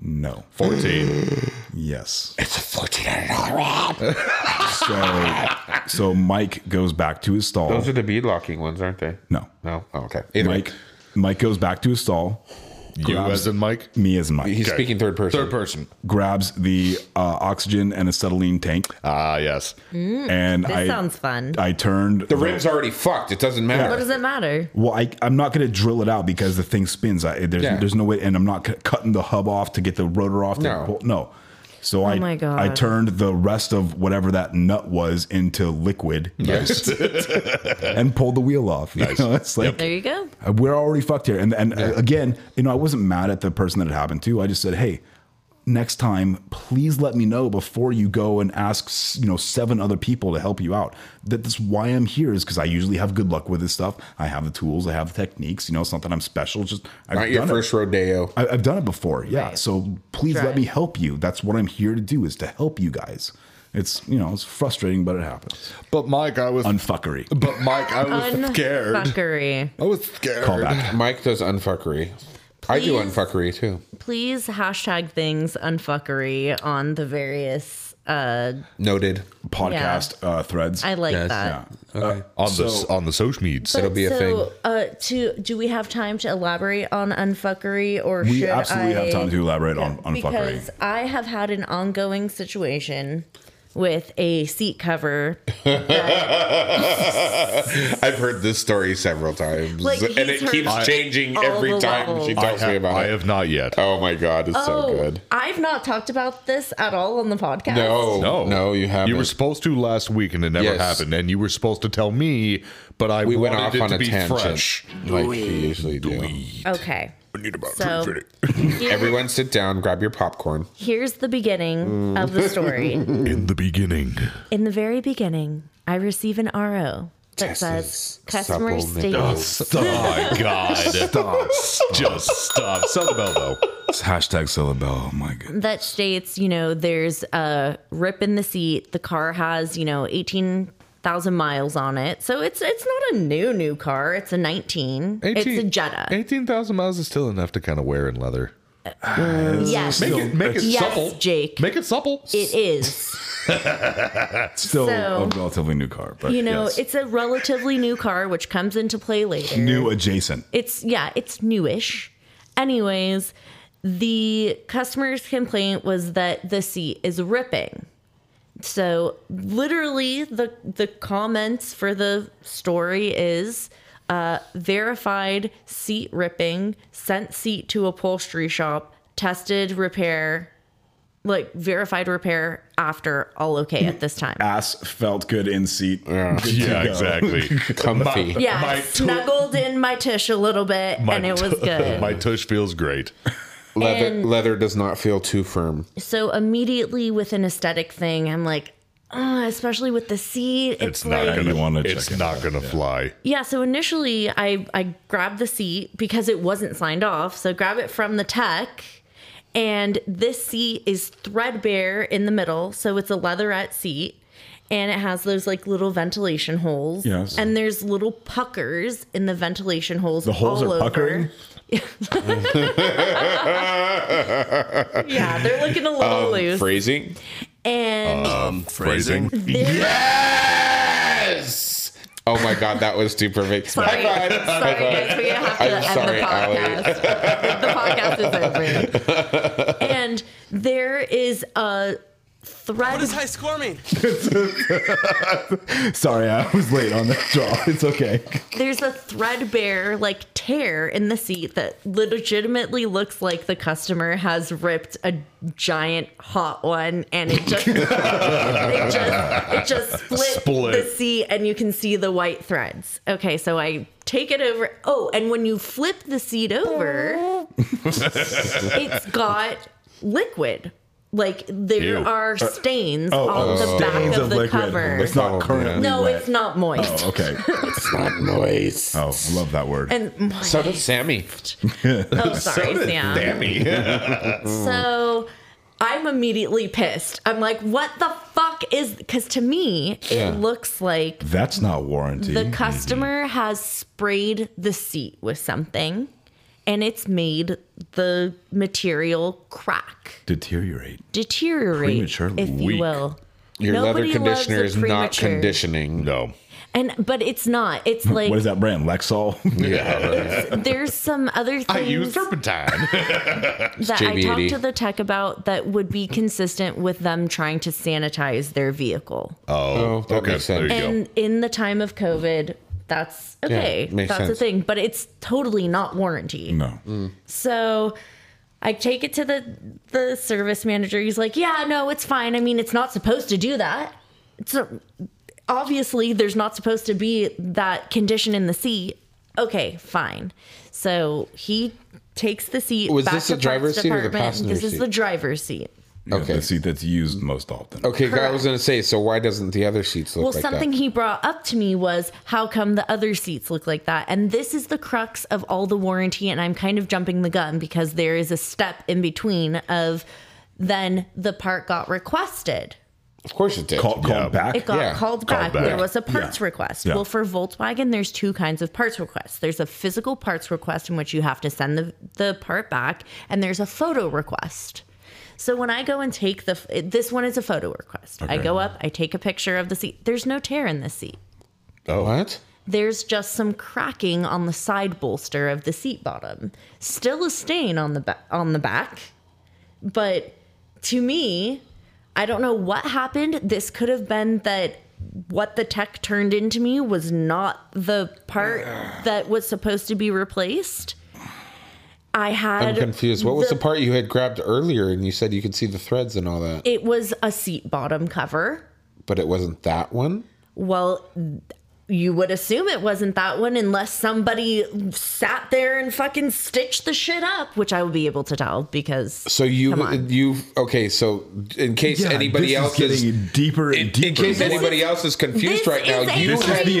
B: no,
A: Fourteen.
B: yes."
F: It's a $1,400 RAM.
B: So, so Mike goes back to his stall.
F: Those are the bead locking ones, aren't they?
B: No.
F: No? Oh, okay. Either way,
B: Mike Mike goes back to his stall.
A: you as in Mike.
B: Me as Mike
F: He's speaking third person.
A: Third person.
B: grabs the uh, oxygen and acetylene tank,
A: Ah, yes.
B: and
D: Hmm, This
B: I
D: sounds fun.
B: I turned
F: The rim's already fucked. It doesn't matter.
D: what does it matter?
B: Well, I, I'm not going to drill it out because the thing spins. I, there's
F: Yeah.
B: there's no way, and I'm not cu- cutting the hub off to get the rotor off. to
F: No.
B: pull- no. So I
D: Oh my God.
B: I turned the rest of whatever that nut was into liquid
F: Nice.
B: and pulled the wheel off. You know, it's like
D: There you go.
B: uh, we're already fucked here. And and uh, again, you know, I wasn't mad at the person that it happened to. I just said, hey, next time, please let me know before you go and ask, s- you know, seven other people to help you out. That that's why I'm here is because I usually have good luck with this stuff. I have the tools, I have the techniques. You know, it's not that I'm special. It's just I've
F: Not your
B: done it.
F: first rodeo.
B: I, I've done it before. Yeah. So please
D: Try.
B: let me help you. That's what I'm here to do is to help you guys. It's you know it's frustrating, but it happens.
A: But Mike, I was.
B: Unfuckery.
A: but Mike, I was scared.
D: Fuckery.
A: I was scared.
B: Call back.
F: Uh, Mike does unfuckery. I do
D: Please.
F: unfuckery too.
D: Please hashtag things unfuckery on the various. Uh,
F: Noted.
B: Podcast uh, threads.
D: I like
F: Yes.
D: that.
B: yeah.
A: on the on the social meds.
F: It'll be a
D: so,
F: thing.
D: uh, to do we have time to elaborate on unfuckery, or
B: We
D: should
B: absolutely
D: I,
B: have time to elaborate on, on
D: because
B: fuckery.
D: I have had an ongoing situation with a seat cover.
F: I've heard this story several times,
D: Like,
F: and
D: he's
F: it
D: heard
F: keeps
D: all
F: changing
D: the
F: every time
D: levels.
F: she
A: I,
F: tells
A: ha-
F: me about
A: I
F: it.
A: have not yet.
F: oh my god, it's so good.
D: I've not talked about this at all on the podcast.
A: No,
F: No, no, no, you haven't.
A: You were supposed to last week, and it never
F: Yes.
A: happened. And you were supposed to tell me, but I
F: we went
A: wanted
F: off
A: it
F: on
A: to
F: a
A: be
F: tangent,
A: fresh.
F: like we usually do.
D: Okay. so
F: Everyone, sit down, grab your popcorn.
D: here's the beginning of the story.
F: Mm.
A: In the beginning,
D: In the very beginning, I receive an RO that says
F: Tessa's
D: customer
F: supplemental.
D: states
A: oh my god, stop, just stop, Sunbelt though.
B: It's hashtag syllabel. Oh my god.
D: that states, you know, there's a rip in the seat. The car has, you know, 18,000 miles on it. So it's it's not a new new car. It's a 19. it's a Jetta.
A: Eighteen thousand miles is still enough to kind of wear in leather.
D: yes.
A: Make it, make it
D: yes,
A: supple,
D: Jake.
A: Make it supple.
D: it is.
B: Still
D: So-
B: a relatively new car, but
D: You know,
B: yes.
D: it's a relatively new car which comes into play later.
B: new adjacent.
D: It's yeah, it's newish. Anyways, the customer's complaint was that the seat is ripping. So literally the the comments for the story is uh, verified seat ripping, sent seat to upholstery shop, tested repair, like verified repair after all okay at this time.
A: Uh,
B: Ass felt good in seat.
A: Yeah, exactly.
F: Comfy.
D: Yeah, I
A: My to-
D: snuggled in my tush a little bit
A: My
D: and it was
A: tu-
D: good.
A: My tush feels great.
F: Leather,
D: And-
F: leather does not feel too firm.
D: so immediately with an aesthetic thing, I'm like, "Ugh," especially with the seat, it's,
A: It's
D: like,
A: not
B: you
A: gonna.
B: wanna check
A: It's
B: into
A: not gonna fly.
D: yeah. So initially, I I grabbed the seat because it wasn't signed off. So grab it from the tech, and this seat is threadbare in the middle, so it's a leatherette seat. And it has those like little ventilation holes,
B: Yes.
D: and there's little puckers in the ventilation holes.
B: The holes
D: all
B: are
D: over.
B: puckering.
D: Yeah, they're looking a little
B: Oh,
F: Um,
D: loose.
F: Phrasing.
B: Uh.
D: and
A: Phrasing.
F: Yes. Oh my god, that was too perfect.
D: Sorry,
F: High five.
D: sorry guys, we have to
F: I'm
D: end
F: sorry,
D: the podcast. the podcast is over. And there is a thread.
I: score mean?
B: Sorry, I was late on that draw. It's okay.
D: there's a threadbare like tear in the seat that legitimately looks like the customer has ripped a giant hot one, and it just it just it just split,
A: Split.
D: the seat, and you can see the white threads. Okay, so I take it over. Oh, and when you flip the seat over, it's got liquid. Like there
A: Ew.
D: are stains on the
B: Uh, oh, Stains
D: back of,
B: of
D: the
B: liquid.
D: cover.
B: It's not currently
D: no,
B: wet.
D: it's not moist.
B: Oh, okay.
F: It's not noise.
B: Oh, love that word.
D: And
F: So did Sammy.
D: Oh, sorry, Sam. so I'm immediately pissed. I'm like, what the fuck is? Because to me, it
F: Yeah.
D: looks like
B: That's not warranty.
D: the customer has sprayed the seat with something, and it's made the material crack,
B: Deteriorate.
D: deteriorate,
B: Prematurely
D: if you
A: weak.
D: will.
F: Your
D: Nobody
F: leather
D: loves
F: conditioner
D: a
F: is not
D: premature-
F: conditioning.
A: No.
D: and but it's not. It's like
B: What is that brand? Lexol.
F: Yeah.
D: there's some other things.
A: I use turpentine.
D: that I
F: JB80.
D: talked to the tech about that would be consistent with them trying to sanitize their vehicle.
F: Oh, that
A: okay,
F: makes
A: there
F: sense.
A: you go.
D: And in the time of COVID, that's okay.
F: makes
D: that's a
F: sense.
A: Mm.
D: thing, but it's totally not warranty.
B: No.
D: So I take it to the the service manager. He's like, "Yeah, no, it's fine. I mean, it's not supposed to do that. It's a, obviously there's not supposed to be that condition in the seat." Okay, fine. So he takes the seat.
F: Was
D: back
F: this
D: to
F: the driver's
D: parts
F: seat or the
D: department.
F: passenger
D: This
F: seat?
D: is the driver's seat.
B: Okay. The seat that's used most often.
F: Okay, I was gonna say. So why doesn't the other seats look
D: Well,
F: like
D: something
F: that?
D: he brought up to me was how come the other seats look like that? And this is the crux of all the warranty. And I'm kind of jumping the gun because there is a step in between of then the part got requested.
F: Of course it did.
B: Call, call back.
D: It got
F: Yeah,
D: called,
B: called
D: back.
B: back.
D: There was a parts
B: Yeah.
D: request.
B: Yeah.
D: Well, for Volkswagen, there's two kinds of parts requests. There's a physical parts request in which you have to send the, the part back, and there's a photo request. So when I go and take the f- this one is a photo request. I go up, I take a picture of the seat. There's no tear in the seat.
F: Oh, what?
D: there's just some cracking on the side bolster of the seat bottom. Still a stain on the ba- on the back, but to me, I don't know what happened. This could have been that what the tech turned into me was not the part that was supposed to be replaced. I had
F: I'm confused. What was the part you had grabbed earlier, and you said you could see the threads and all that,
D: It was a seat bottom cover.
F: but it wasn't that one?
D: Well, you would assume it wasn't that one unless somebody sat there and fucking stitched the shit up, which I will be able to tell because
F: So
D: Come
F: you
D: on.
F: you okay? So in case
B: Yeah,
F: anybody
B: this
F: else
B: is
F: is,
B: getting deeper and
F: in,
B: deeper.
F: in case
B: This
F: anybody
D: is-
F: else is confused
D: this
F: right now,
D: is a
F: you
B: This is
F: had
B: the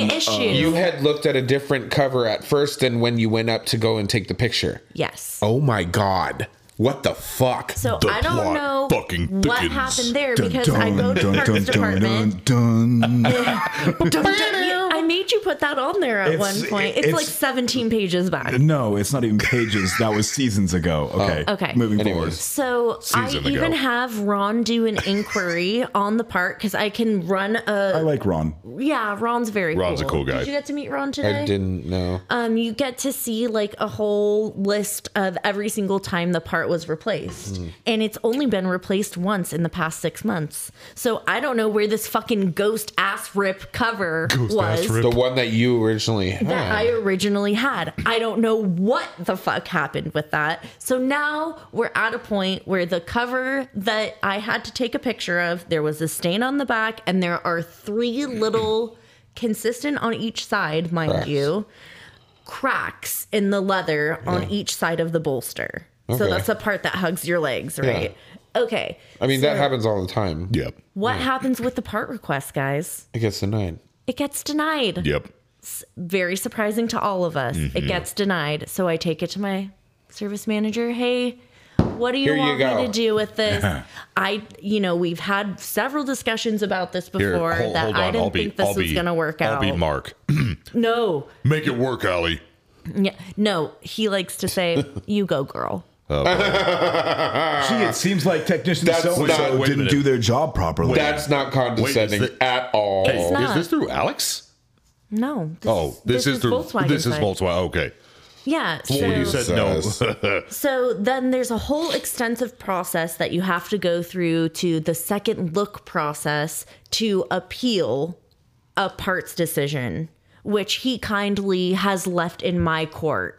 B: inception of-
D: issue.
F: you had looked at a different cover at first than when you went up to go and take the picture.
D: yes.
F: Oh my god! What the fuck?
D: So
A: The
D: I don't
A: plot
D: know
A: fucking
D: what
A: thickens.
D: happened there because I go to the parks department.
B: dun, dun.
D: Dun, dun, you- I made you put that on there at
B: It's-
D: one point. It's,
B: it's-
D: like 17 pages back.
B: No, it's not even pages. That was seasons ago. Okay.
D: Oh, Okay.
B: Moving
F: Anyways.
D: So I
A: Season
D: even
A: ago.
D: have Ron do an inquiry on the part because I can run a
B: forward. I like Ron.
D: yeah. Ron's very
A: Ron's a cool guy.
D: Did you get to meet Ron today?
F: I didn't know.
D: um, you get to see like a whole list of every single time the part was replaced.
A: Hmm.
D: And it's only been replaced once in the past six months. So I don't know where this fucking ghost ass rip cover was
F: the one that you originally had.
D: that I originally had. I don't know what the fuck happened with that. So now we're at a point where the cover that I had to take a picture of, there was a stain on the back, and there are three little, consistent on each side, mind
F: Cracks.
D: you, cracks in the leather on each side of the bolster. So
F: Okay.
D: that's the part that hugs your legs, right? Okay.
F: I mean, that happens all the time.
A: Yep.
D: What
F: Hmm.
D: happens with the part request, guys?
F: It gets denied.
D: It gets denied
A: Yep.
D: very surprising to all of us.
A: Mm-hmm.
D: It gets denied. So I take it to my service manager. Hey, what do you
F: Here you
D: want
F: go.
D: me to do with this?
A: Uh-huh.
D: I, you know, we've had several discussions about this
A: Here,
D: before
A: hold,
D: that
A: hold
D: I
A: on.
D: didn't
A: I'll be.
D: think this
A: I'll
D: was
A: be.
D: going to work
A: I'll
D: out.
A: be Mark.
D: no,
A: Make it work, Allie.
D: yeah, no. He likes to say, "You go, girl."
B: Gee, it
A: Uh,
B: seems like technicians
F: That's
B: so and
F: not-
B: so
A: wait a
B: didn't
A: minute.
B: do their job properly.
F: That's not condescending
A: Wait, is that-
F: at all.
A: Hey, is
D: not.
A: this through Alex?
D: No. This,
A: Oh, this, is, through.
D: Volkswagen
A: this is
D: side.
A: Volkswagen. Okay.
D: Yeah.
A: Well, you
D: so-
A: said no.
D: So then there's a whole extensive process that you have to go through to the second look process to appeal a parts decision, which he kindly has left in my court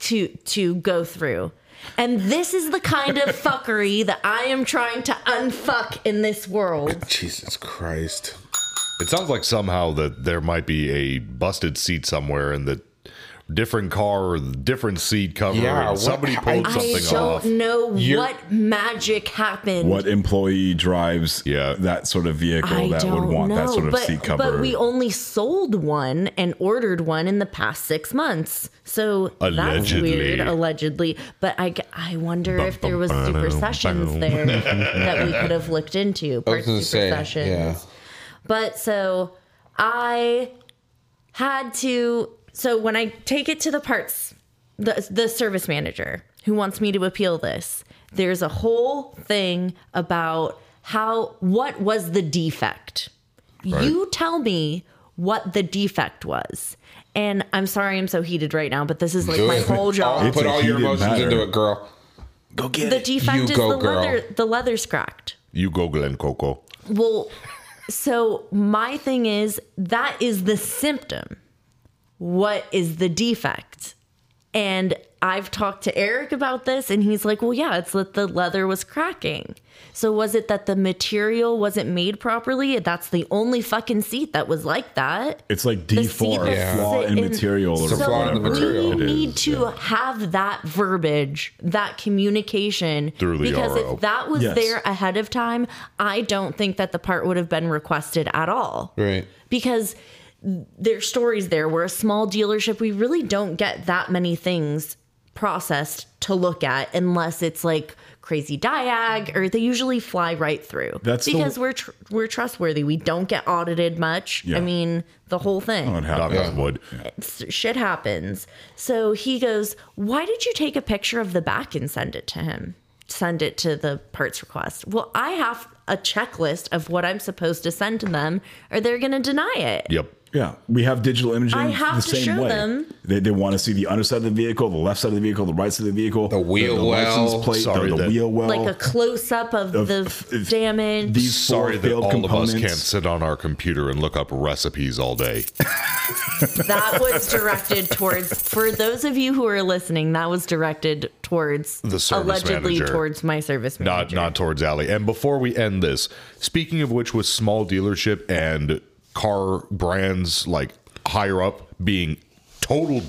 D: to to go through. And this is the kind of fuckery that I am trying to unfuck in this world.
F: Jesus Christ.
A: It sounds like somehow that there might be a busted seat somewhere and that different car or different seat cover
F: Yeah,
A: and
F: what-
A: somebody
F: I-
A: pulled
F: I
A: something
D: I don't
A: off.
D: know
F: You're-
D: what magic happened.
B: what employee drives
A: Yeah.
B: that sort of vehicle
D: I
B: that would
D: don't
B: want that
D: know,
B: sort of
D: but,
B: seat cover?
D: But we only sold one and ordered one in the past six months. So that's
A: Allegedly.
D: weird, allegedly. But I, g- I wonder if there was
A: bum,
D: super
A: bum,
D: sessions
A: bum.
D: there that we could have looked into.
F: I
D: Part
F: was going to say, yeah.
D: But so I had to. So when I take it to the parts, the, the service manager who wants me to appeal this, there's a whole thing about how, what was the defect? You tell me what the defect was. And I'm sorry I'm so heated right now, but this is like
F: Do
D: my
F: it.
D: whole job.
F: I'll
B: It's
F: put
B: a
F: all your
B: heated
F: emotions
B: matter.
F: into it, girl.
I: Go get
D: The defect is
F: go,
D: the
F: girl.
D: leather, the leather's cracked.
A: You go, Glen Coco.
D: Well, so my thing is that is the symptom. What is the defect? And I've talked to Eric about this, and he's like, well, yeah, it's that the leather was cracking. So was it that the material wasn't made properly? That's the only fucking seat that was like that.
B: It's like
D: The
B: D
D: seat
B: four,
D: that
B: a flaw
D: sits
B: in material or
D: so
F: flaw
B: whatever.
F: in the material.
D: We
B: it is.
D: need to have that verbiage, that communication,
A: Through the
D: because
A: RO.
D: if that was
B: Yes.
D: there ahead of time, I don't think that the part would have been requested at all
F: Right.
D: because their stories there. We're a small dealership. We really don't get that many things processed to look at unless it's like crazy diag or they usually fly right through.
B: That's the-
D: because we're tr- we're trustworthy. We don't get audited much.
B: Yeah. Oh,
D: I mean, the whole thing
B: It
A: Knock
B: happens.
A: on wood.
D: s- shit happens. So he goes, Why did you take a picture of the back and send it to him? Send it to the parts request. Well, I have a checklist of what I'm supposed to send to them, or they're going to deny it.
A: Yep.
B: Yeah, we have digital imaging
D: I have
B: the
D: to
B: same
D: show
B: way.
D: them.
B: They, they want to see the underside of the vehicle, the left side of the vehicle, the right side of the vehicle, the
F: wheel well.
B: license plate,
A: Sorry,
B: the, the
A: that-
B: wheel well.
D: Like a close up of
B: Of-
D: the
B: of- of
D: damage.
B: these four
A: Sorry that
B: failed
A: all
B: components.
A: of us can't sit on our computer and look up recipes all day.
D: that was directed towards, for those of you who are listening, that was directed towards
A: The service
D: allegedly
A: manager.
D: towards my service
A: not
D: manager.
A: not towards Alley. And before we end this, speaking of which, with small dealership and car brands like higher up being total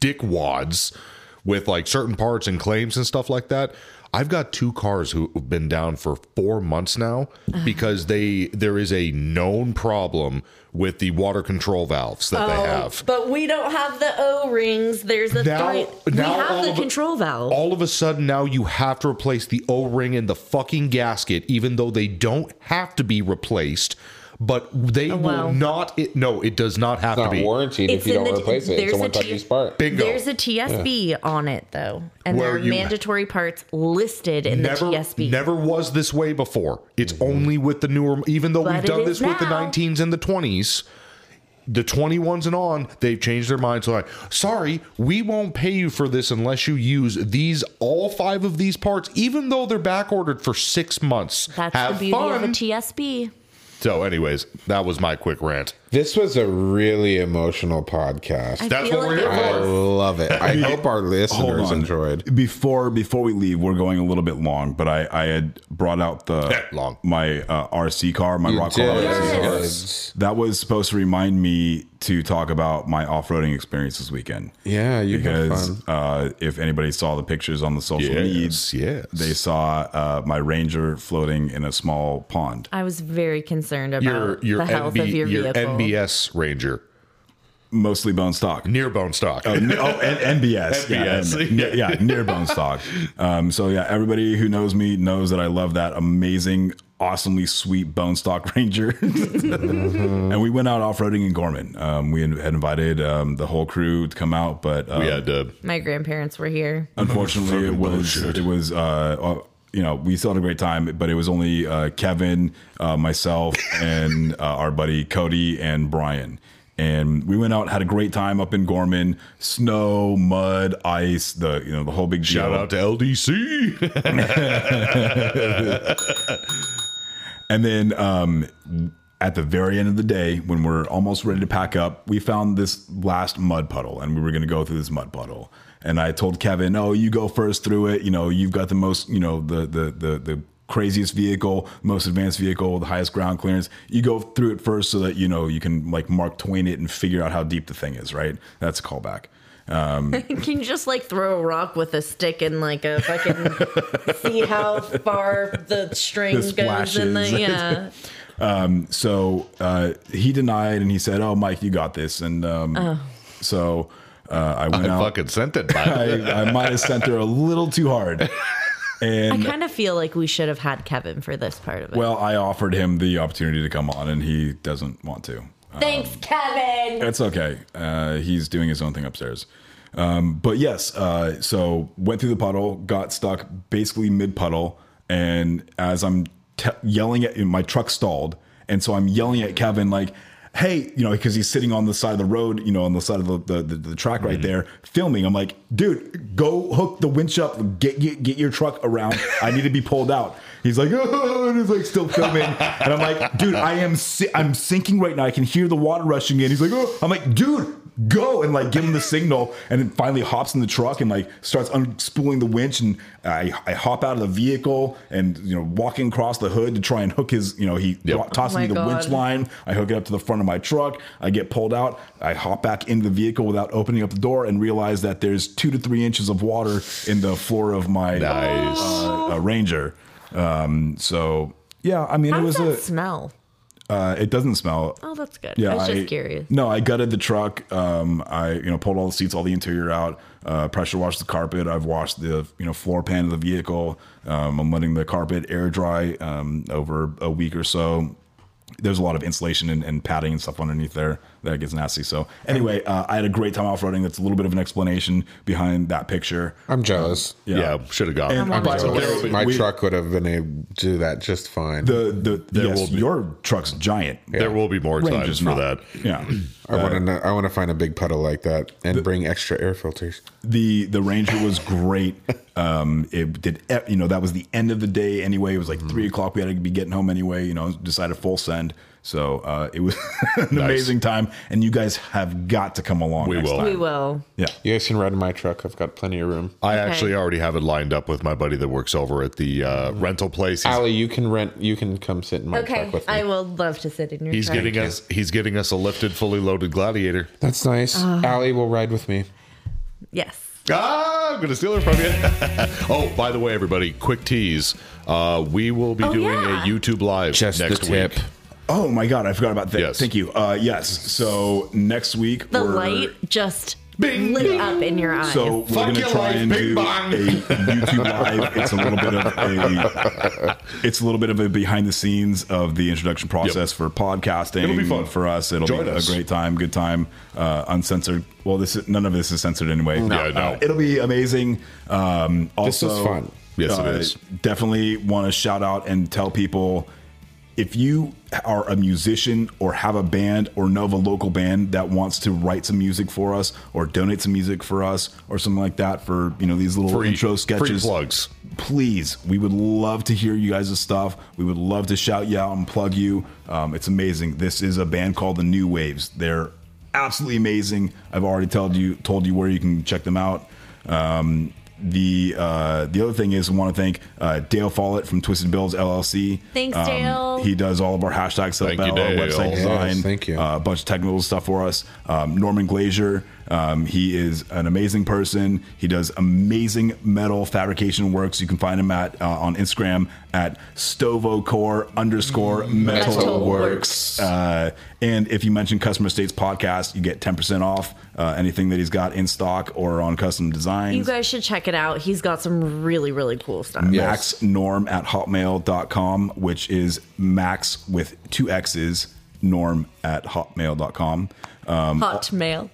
A: dickwads with like certain parts and claims and stuff like that. I've got two cars who've been down for four months now because they there is a known problem with the water control valves that they have.
D: But we don't have the O rings. There's a
A: Now- now
D: three. we
A: all
D: have the
A: of a-
D: control valve.
A: all of a sudden now you have to replace the o-ring and the fucking gasket even though they don't have to be replaced but they
D: Oh, wow.
A: will not it, no it does not have to
F: Not
A: be
F: warranted
D: It's
F: if you
D: in
F: don't
D: the-
F: replace it. It's
D: there's
F: a
D: a
F: one time
D: T-
F: use part.
A: bingo
D: There's a TSB on it though, and
A: Where
D: there are
A: you-
D: mandatory parts listed in
A: never
D: the TSB.
A: never was this way before it's only with the newer even though
D: But
A: we've
D: it
A: done
D: is
A: this with the
D: now.
A: 19s and the 20s the 21s and on they've changed their minds so like sorry we won't pay you for this unless you use these all five of these parts even though they're back ordered for six months
D: That's the beauty of a TSB.
A: So, anyways, that was my quick rant.
F: This was a really emotional podcast.
D: I
A: That's
D: feel
A: what we're
D: like
A: here
F: I
D: it was.
F: love it. I hope our listeners enjoyed.
B: Before before we leave, we're going a little bit long, but I, I had brought out the
A: long.
B: my uh, RC car, my rock
F: did.
B: car.
F: Yes.
B: That was supposed to remind me to talk about my off roading experience this weekend.
F: Yeah, you had fun.
B: because uh, if anybody saw the pictures on the social
A: Yes,
B: medias,
A: yes.
B: they saw uh, my Ranger floating in a small pond.
D: I was very concerned about
A: Your your,
D: uh, the health
A: NB
D: of your,
A: your
D: vehicle.
A: NBS Ranger,
B: mostly bone stock.
A: near bone stock.
B: N- oh, and NBS.
A: NBS.
B: Yeah, yeah, yeah, near bone stock. Um, so, yeah, everybody who knows me knows that I love that amazing, awesomely sweet bone stock ranger. And we went out off roading in Gorman. Um, we had invited um, the whole crew to come out, but um,
A: we had uh,
D: My grandparents were here.
B: unfortunately it was it was uh, uh you know we still had a great time but it was only uh kevin uh myself and uh, our buddy cody and brian and we went out had a great time up in gorman snow mud ice the you know the whole big deal.
A: shout out to LDC.
B: And then um, at the very end of the day, when we're almost ready to pack up, we found this last mud puddle and we were going to go through this mud puddle. And I told Kevin, oh, you go first through it. You know, you've got the most, you know, the, the, the, the, craziest vehicle most advanced vehicle the highest ground clearance you go through it first so that you know you can like mark twain it and figure out how deep the thing is right that's a callback
D: Can you just like throw a rock with a stick and like a fucking see how far the string
B: The
D: goes in the
B: splashes.
D: yeah.
B: so uh, he denied and he said oh mike you got this and um, so uh, i went
A: I
B: out
A: fucking sent it. By
B: I, I might have sent her a little too hard.
D: I
B: And
D: kind of feel like we should have had Kevin for this part of it.
B: well, I offered him the opportunity to come on, and he doesn't want to.
D: Thanks, Kevin.
B: That's okay. Uh, he's doing his own thing upstairs. Um, but yes, uh, so went through the puddle, got stuck basically mid puddle, and as I'm te- yelling at my truck stalled, and so I'm yelling at Kevin like, hey, you know, because he's sitting on the side of the road, you know, on the side of the, the, the, the track right there filming. I'm like, dude, go hook the winch up, get, get get your truck around. I need to be pulled out. He's like, oh, and he's like still filming, and I'm like, dude, I am si- I'm sinking right now. I can hear the water rushing in. He's like, oh, I'm like, dude. Go and like give him the signal, and then finally hops in the truck and like starts unspooling the winch, and I, I hop out of the vehicle and you know walking across the hood to try and hook his you know he
A: Yep.
B: tosses
D: Oh my
B: me the winch
D: God.
B: line line. I hook it up to the front of my truck. I get pulled out. I hop back into the vehicle without opening up the door and realize that there's two to three inches of water in the floor of my
A: Nice.
B: uh, uh, Ranger. Um, so yeah, I mean,
D: How
B: it
D: does
B: was
D: that
B: a.
D: smell?
B: uh, it doesn't smell.
D: Oh, that's good.
B: Yeah,
D: I was just
B: I-
D: curious.
B: No, I gutted the truck. Um, I you know pulled all the seats, all the interior out. Uh, pressure washed the carpet. I've washed the you know floor pan of the vehicle. Um, I'm letting the carpet air dry um, over a week or so. There's a lot of insulation and, and padding and stuff underneath there that gets nasty. So anyway, uh, I had a great time off roading. That's a little bit of an explanation behind that picture.
F: I'm jealous.
A: Yeah, should have gone.
B: And-
A: But
B: but
A: there-
B: there-
F: My
B: we-
F: truck would have been able to do that just fine.
B: The the yes,
A: will be-
B: your truck's giant.
A: There will be more times
B: Ranger's
A: for
B: not.
A: that.
B: Yeah.
F: I want to. know I want to find a big puddle like that and bring extra air filters.
B: the the ranger was great um it did e- you know that was the end of the day anyway it was like
A: Mm.
B: three o'clock we had to be getting home anyway you know decided full send so uh it was an amazing time and you guys have got to come along
A: We
B: next
A: will.
B: time.
D: We will.
B: yeah
F: You guys can ride in my truck. I've got plenty of room.
A: I actually already have it lined up with my buddy that works over at the uh, rental place. He's,
F: Allie, you can rent. You can come sit in my
D: Okay,
F: truck with me.
D: I will love to sit in your
A: he's
D: truck.
A: getting us he's getting us a lifted, fully loaded gladiator.
F: That's nice.
D: Ah.
F: Allie will ride with me.
D: Yes.
A: Ah, I'm gonna steal her from you. oh, by the way, everybody, quick tease: uh, we will be
D: Oh,
A: doing
D: yeah.
A: a YouTube live
F: Just
A: next
F: the tip.
A: week.
B: oh my god i forgot about that
A: Yes.
B: thank you uh yes so next week
D: The
B: we're-
D: light just
A: Bing,
D: lit
A: bing.
D: up in your eyes.
B: so we're
A: Fuck
B: gonna
A: your
B: try
A: life,
B: and
A: big
B: do
A: bang.
B: a YouTube live. It's a little bit of a it's a little bit of a behind the scenes of the introduction process for podcasting.
A: It'll be fun.
B: for us. It'll
A: Join
B: be
A: us.
B: a great time, good time, uh, uncensored. Well, this is, none of this is censored anyway.
A: No. Yeah, no.
B: Uh, it'll be amazing. Um,
F: This
B: also,
F: is fun.
A: Yes, it is.
B: Uh, Definitely want to shout out and tell people if you are a musician or have a band or know of a local band that wants to write some music for us or donate some music for us or something like that for you know these little
A: Free-
B: intro
A: free
B: sketches
A: plugs.
B: please we would love to hear you guys' stuff we would love to shout you out and plug you um, it's amazing this is a band called the new waves they're absolutely amazing i've already told you told you where you can check them out um, the uh, the other thing is, I want to thank uh, Dale Follett from Twisted Bills LLC.
D: Thanks,
B: Um,
D: Dale.
B: He does all of our hashtag
A: Thank
B: setup,
A: you,
B: our
A: Dale.
B: website
A: Yes,
B: design,
F: thank you.
B: uh, a bunch of technical stuff for us. Um, Norman Glazier, um, he is an amazing person. He does amazing metal fabrication works. You can find him at uh, on Instagram at Stovocore underscore Metal,
D: Metal
B: Works. Uh, and if you mention Customer States Podcast, you get ten percent off uh, anything that he's got in stock or on custom designs.
D: you guys should check it out. He's got some really, really cool stuff.
B: Max Norm at hotmail.com, which is Max with two X's, norm at hotmail.com.
D: Hotmail.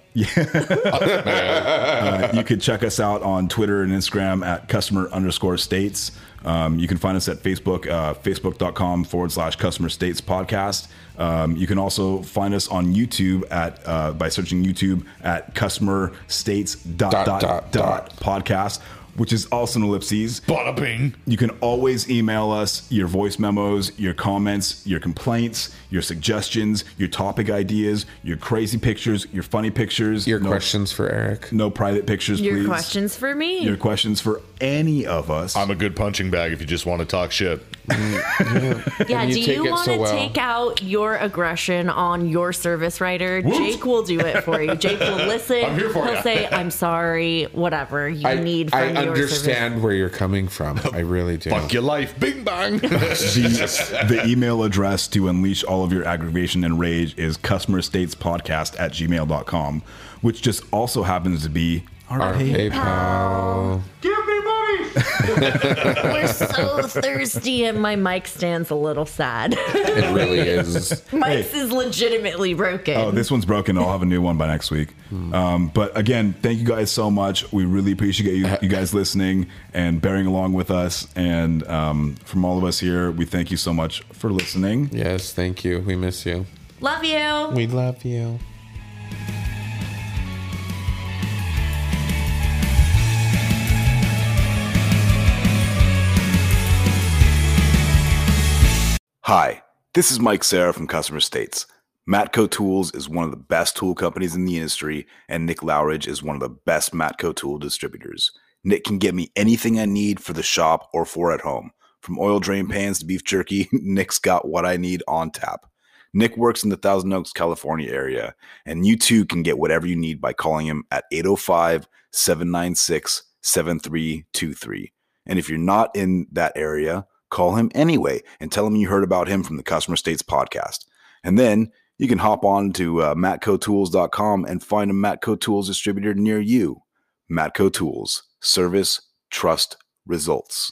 B: Uh, you could check us out on Twitter and Instagram at customer underscore states. Um, you can find us at Facebook, uh, facebook.com forward slash customer states podcast. Um, you can also find us on YouTube at uh, by searching YouTube at customer states dot dot dot,
F: dot, dot.
B: podcast, which is also an ellipses.
A: Bada bing.
B: You can always email us your voice memos, your comments, your complaints, your suggestions, your topic ideas, your crazy pictures, your funny pictures,
F: Your
B: no,
F: questions for Eric.
B: no private pictures,
D: Your
B: please.
D: questions for me?
B: Your questions for any of us.
A: I'm a good punching bag if you just want to talk shit.
D: yeah,
F: And you
D: do
F: take
D: you
F: it
D: want
F: so
D: to
F: well.
D: take out your aggression on your service writer? Jake will do it for you. Jake will listen.
A: I'm here for
D: He'll
A: ya.
D: say, I'm sorry, whatever you need from
F: I
D: your service.
F: understand where you're coming from. I really do.
A: Fuck your life, bing bang.
B: the, the email address to unleash all of your aggravation and rage is customer states podcast at gmail.com, which just also happens to be our,
F: Our
B: PayPal.
F: PayPal.
D: We're so thirsty, and my mic stand's a little sad.
F: It really is.
D: Mike's is legitimately broken.
B: Oh, this one's broken. I'll have a new one by next week.
A: Hmm.
B: Um, but again, thank you guys so much. We really appreciate you, you guys listening and bearing along with us. And um, from all of us here, we thank you so much for listening.
F: Yes, thank you. We miss you.
D: Love you.
F: We love you.
B: Hi, this is Mike Sarah from Customer States. Matco Tools is one of the best tool companies in the industry, and Nick Lowridge is one of the best Matco tool distributors. Nick can get me anything I need for the shop or for at home. From oil drain pans to beef jerky, Nick's got what I need on tap. Nick works in the Thousand Oaks, California area, and you too can get whatever you need by calling him at 805 796 7323. And if you're not in that area, call him anyway and tell him you heard about him from the Customer States podcast. And then you can hop on to uh, matcotools.com and find a Matco Tools distributor near you. Matco Tools, service, trust, results.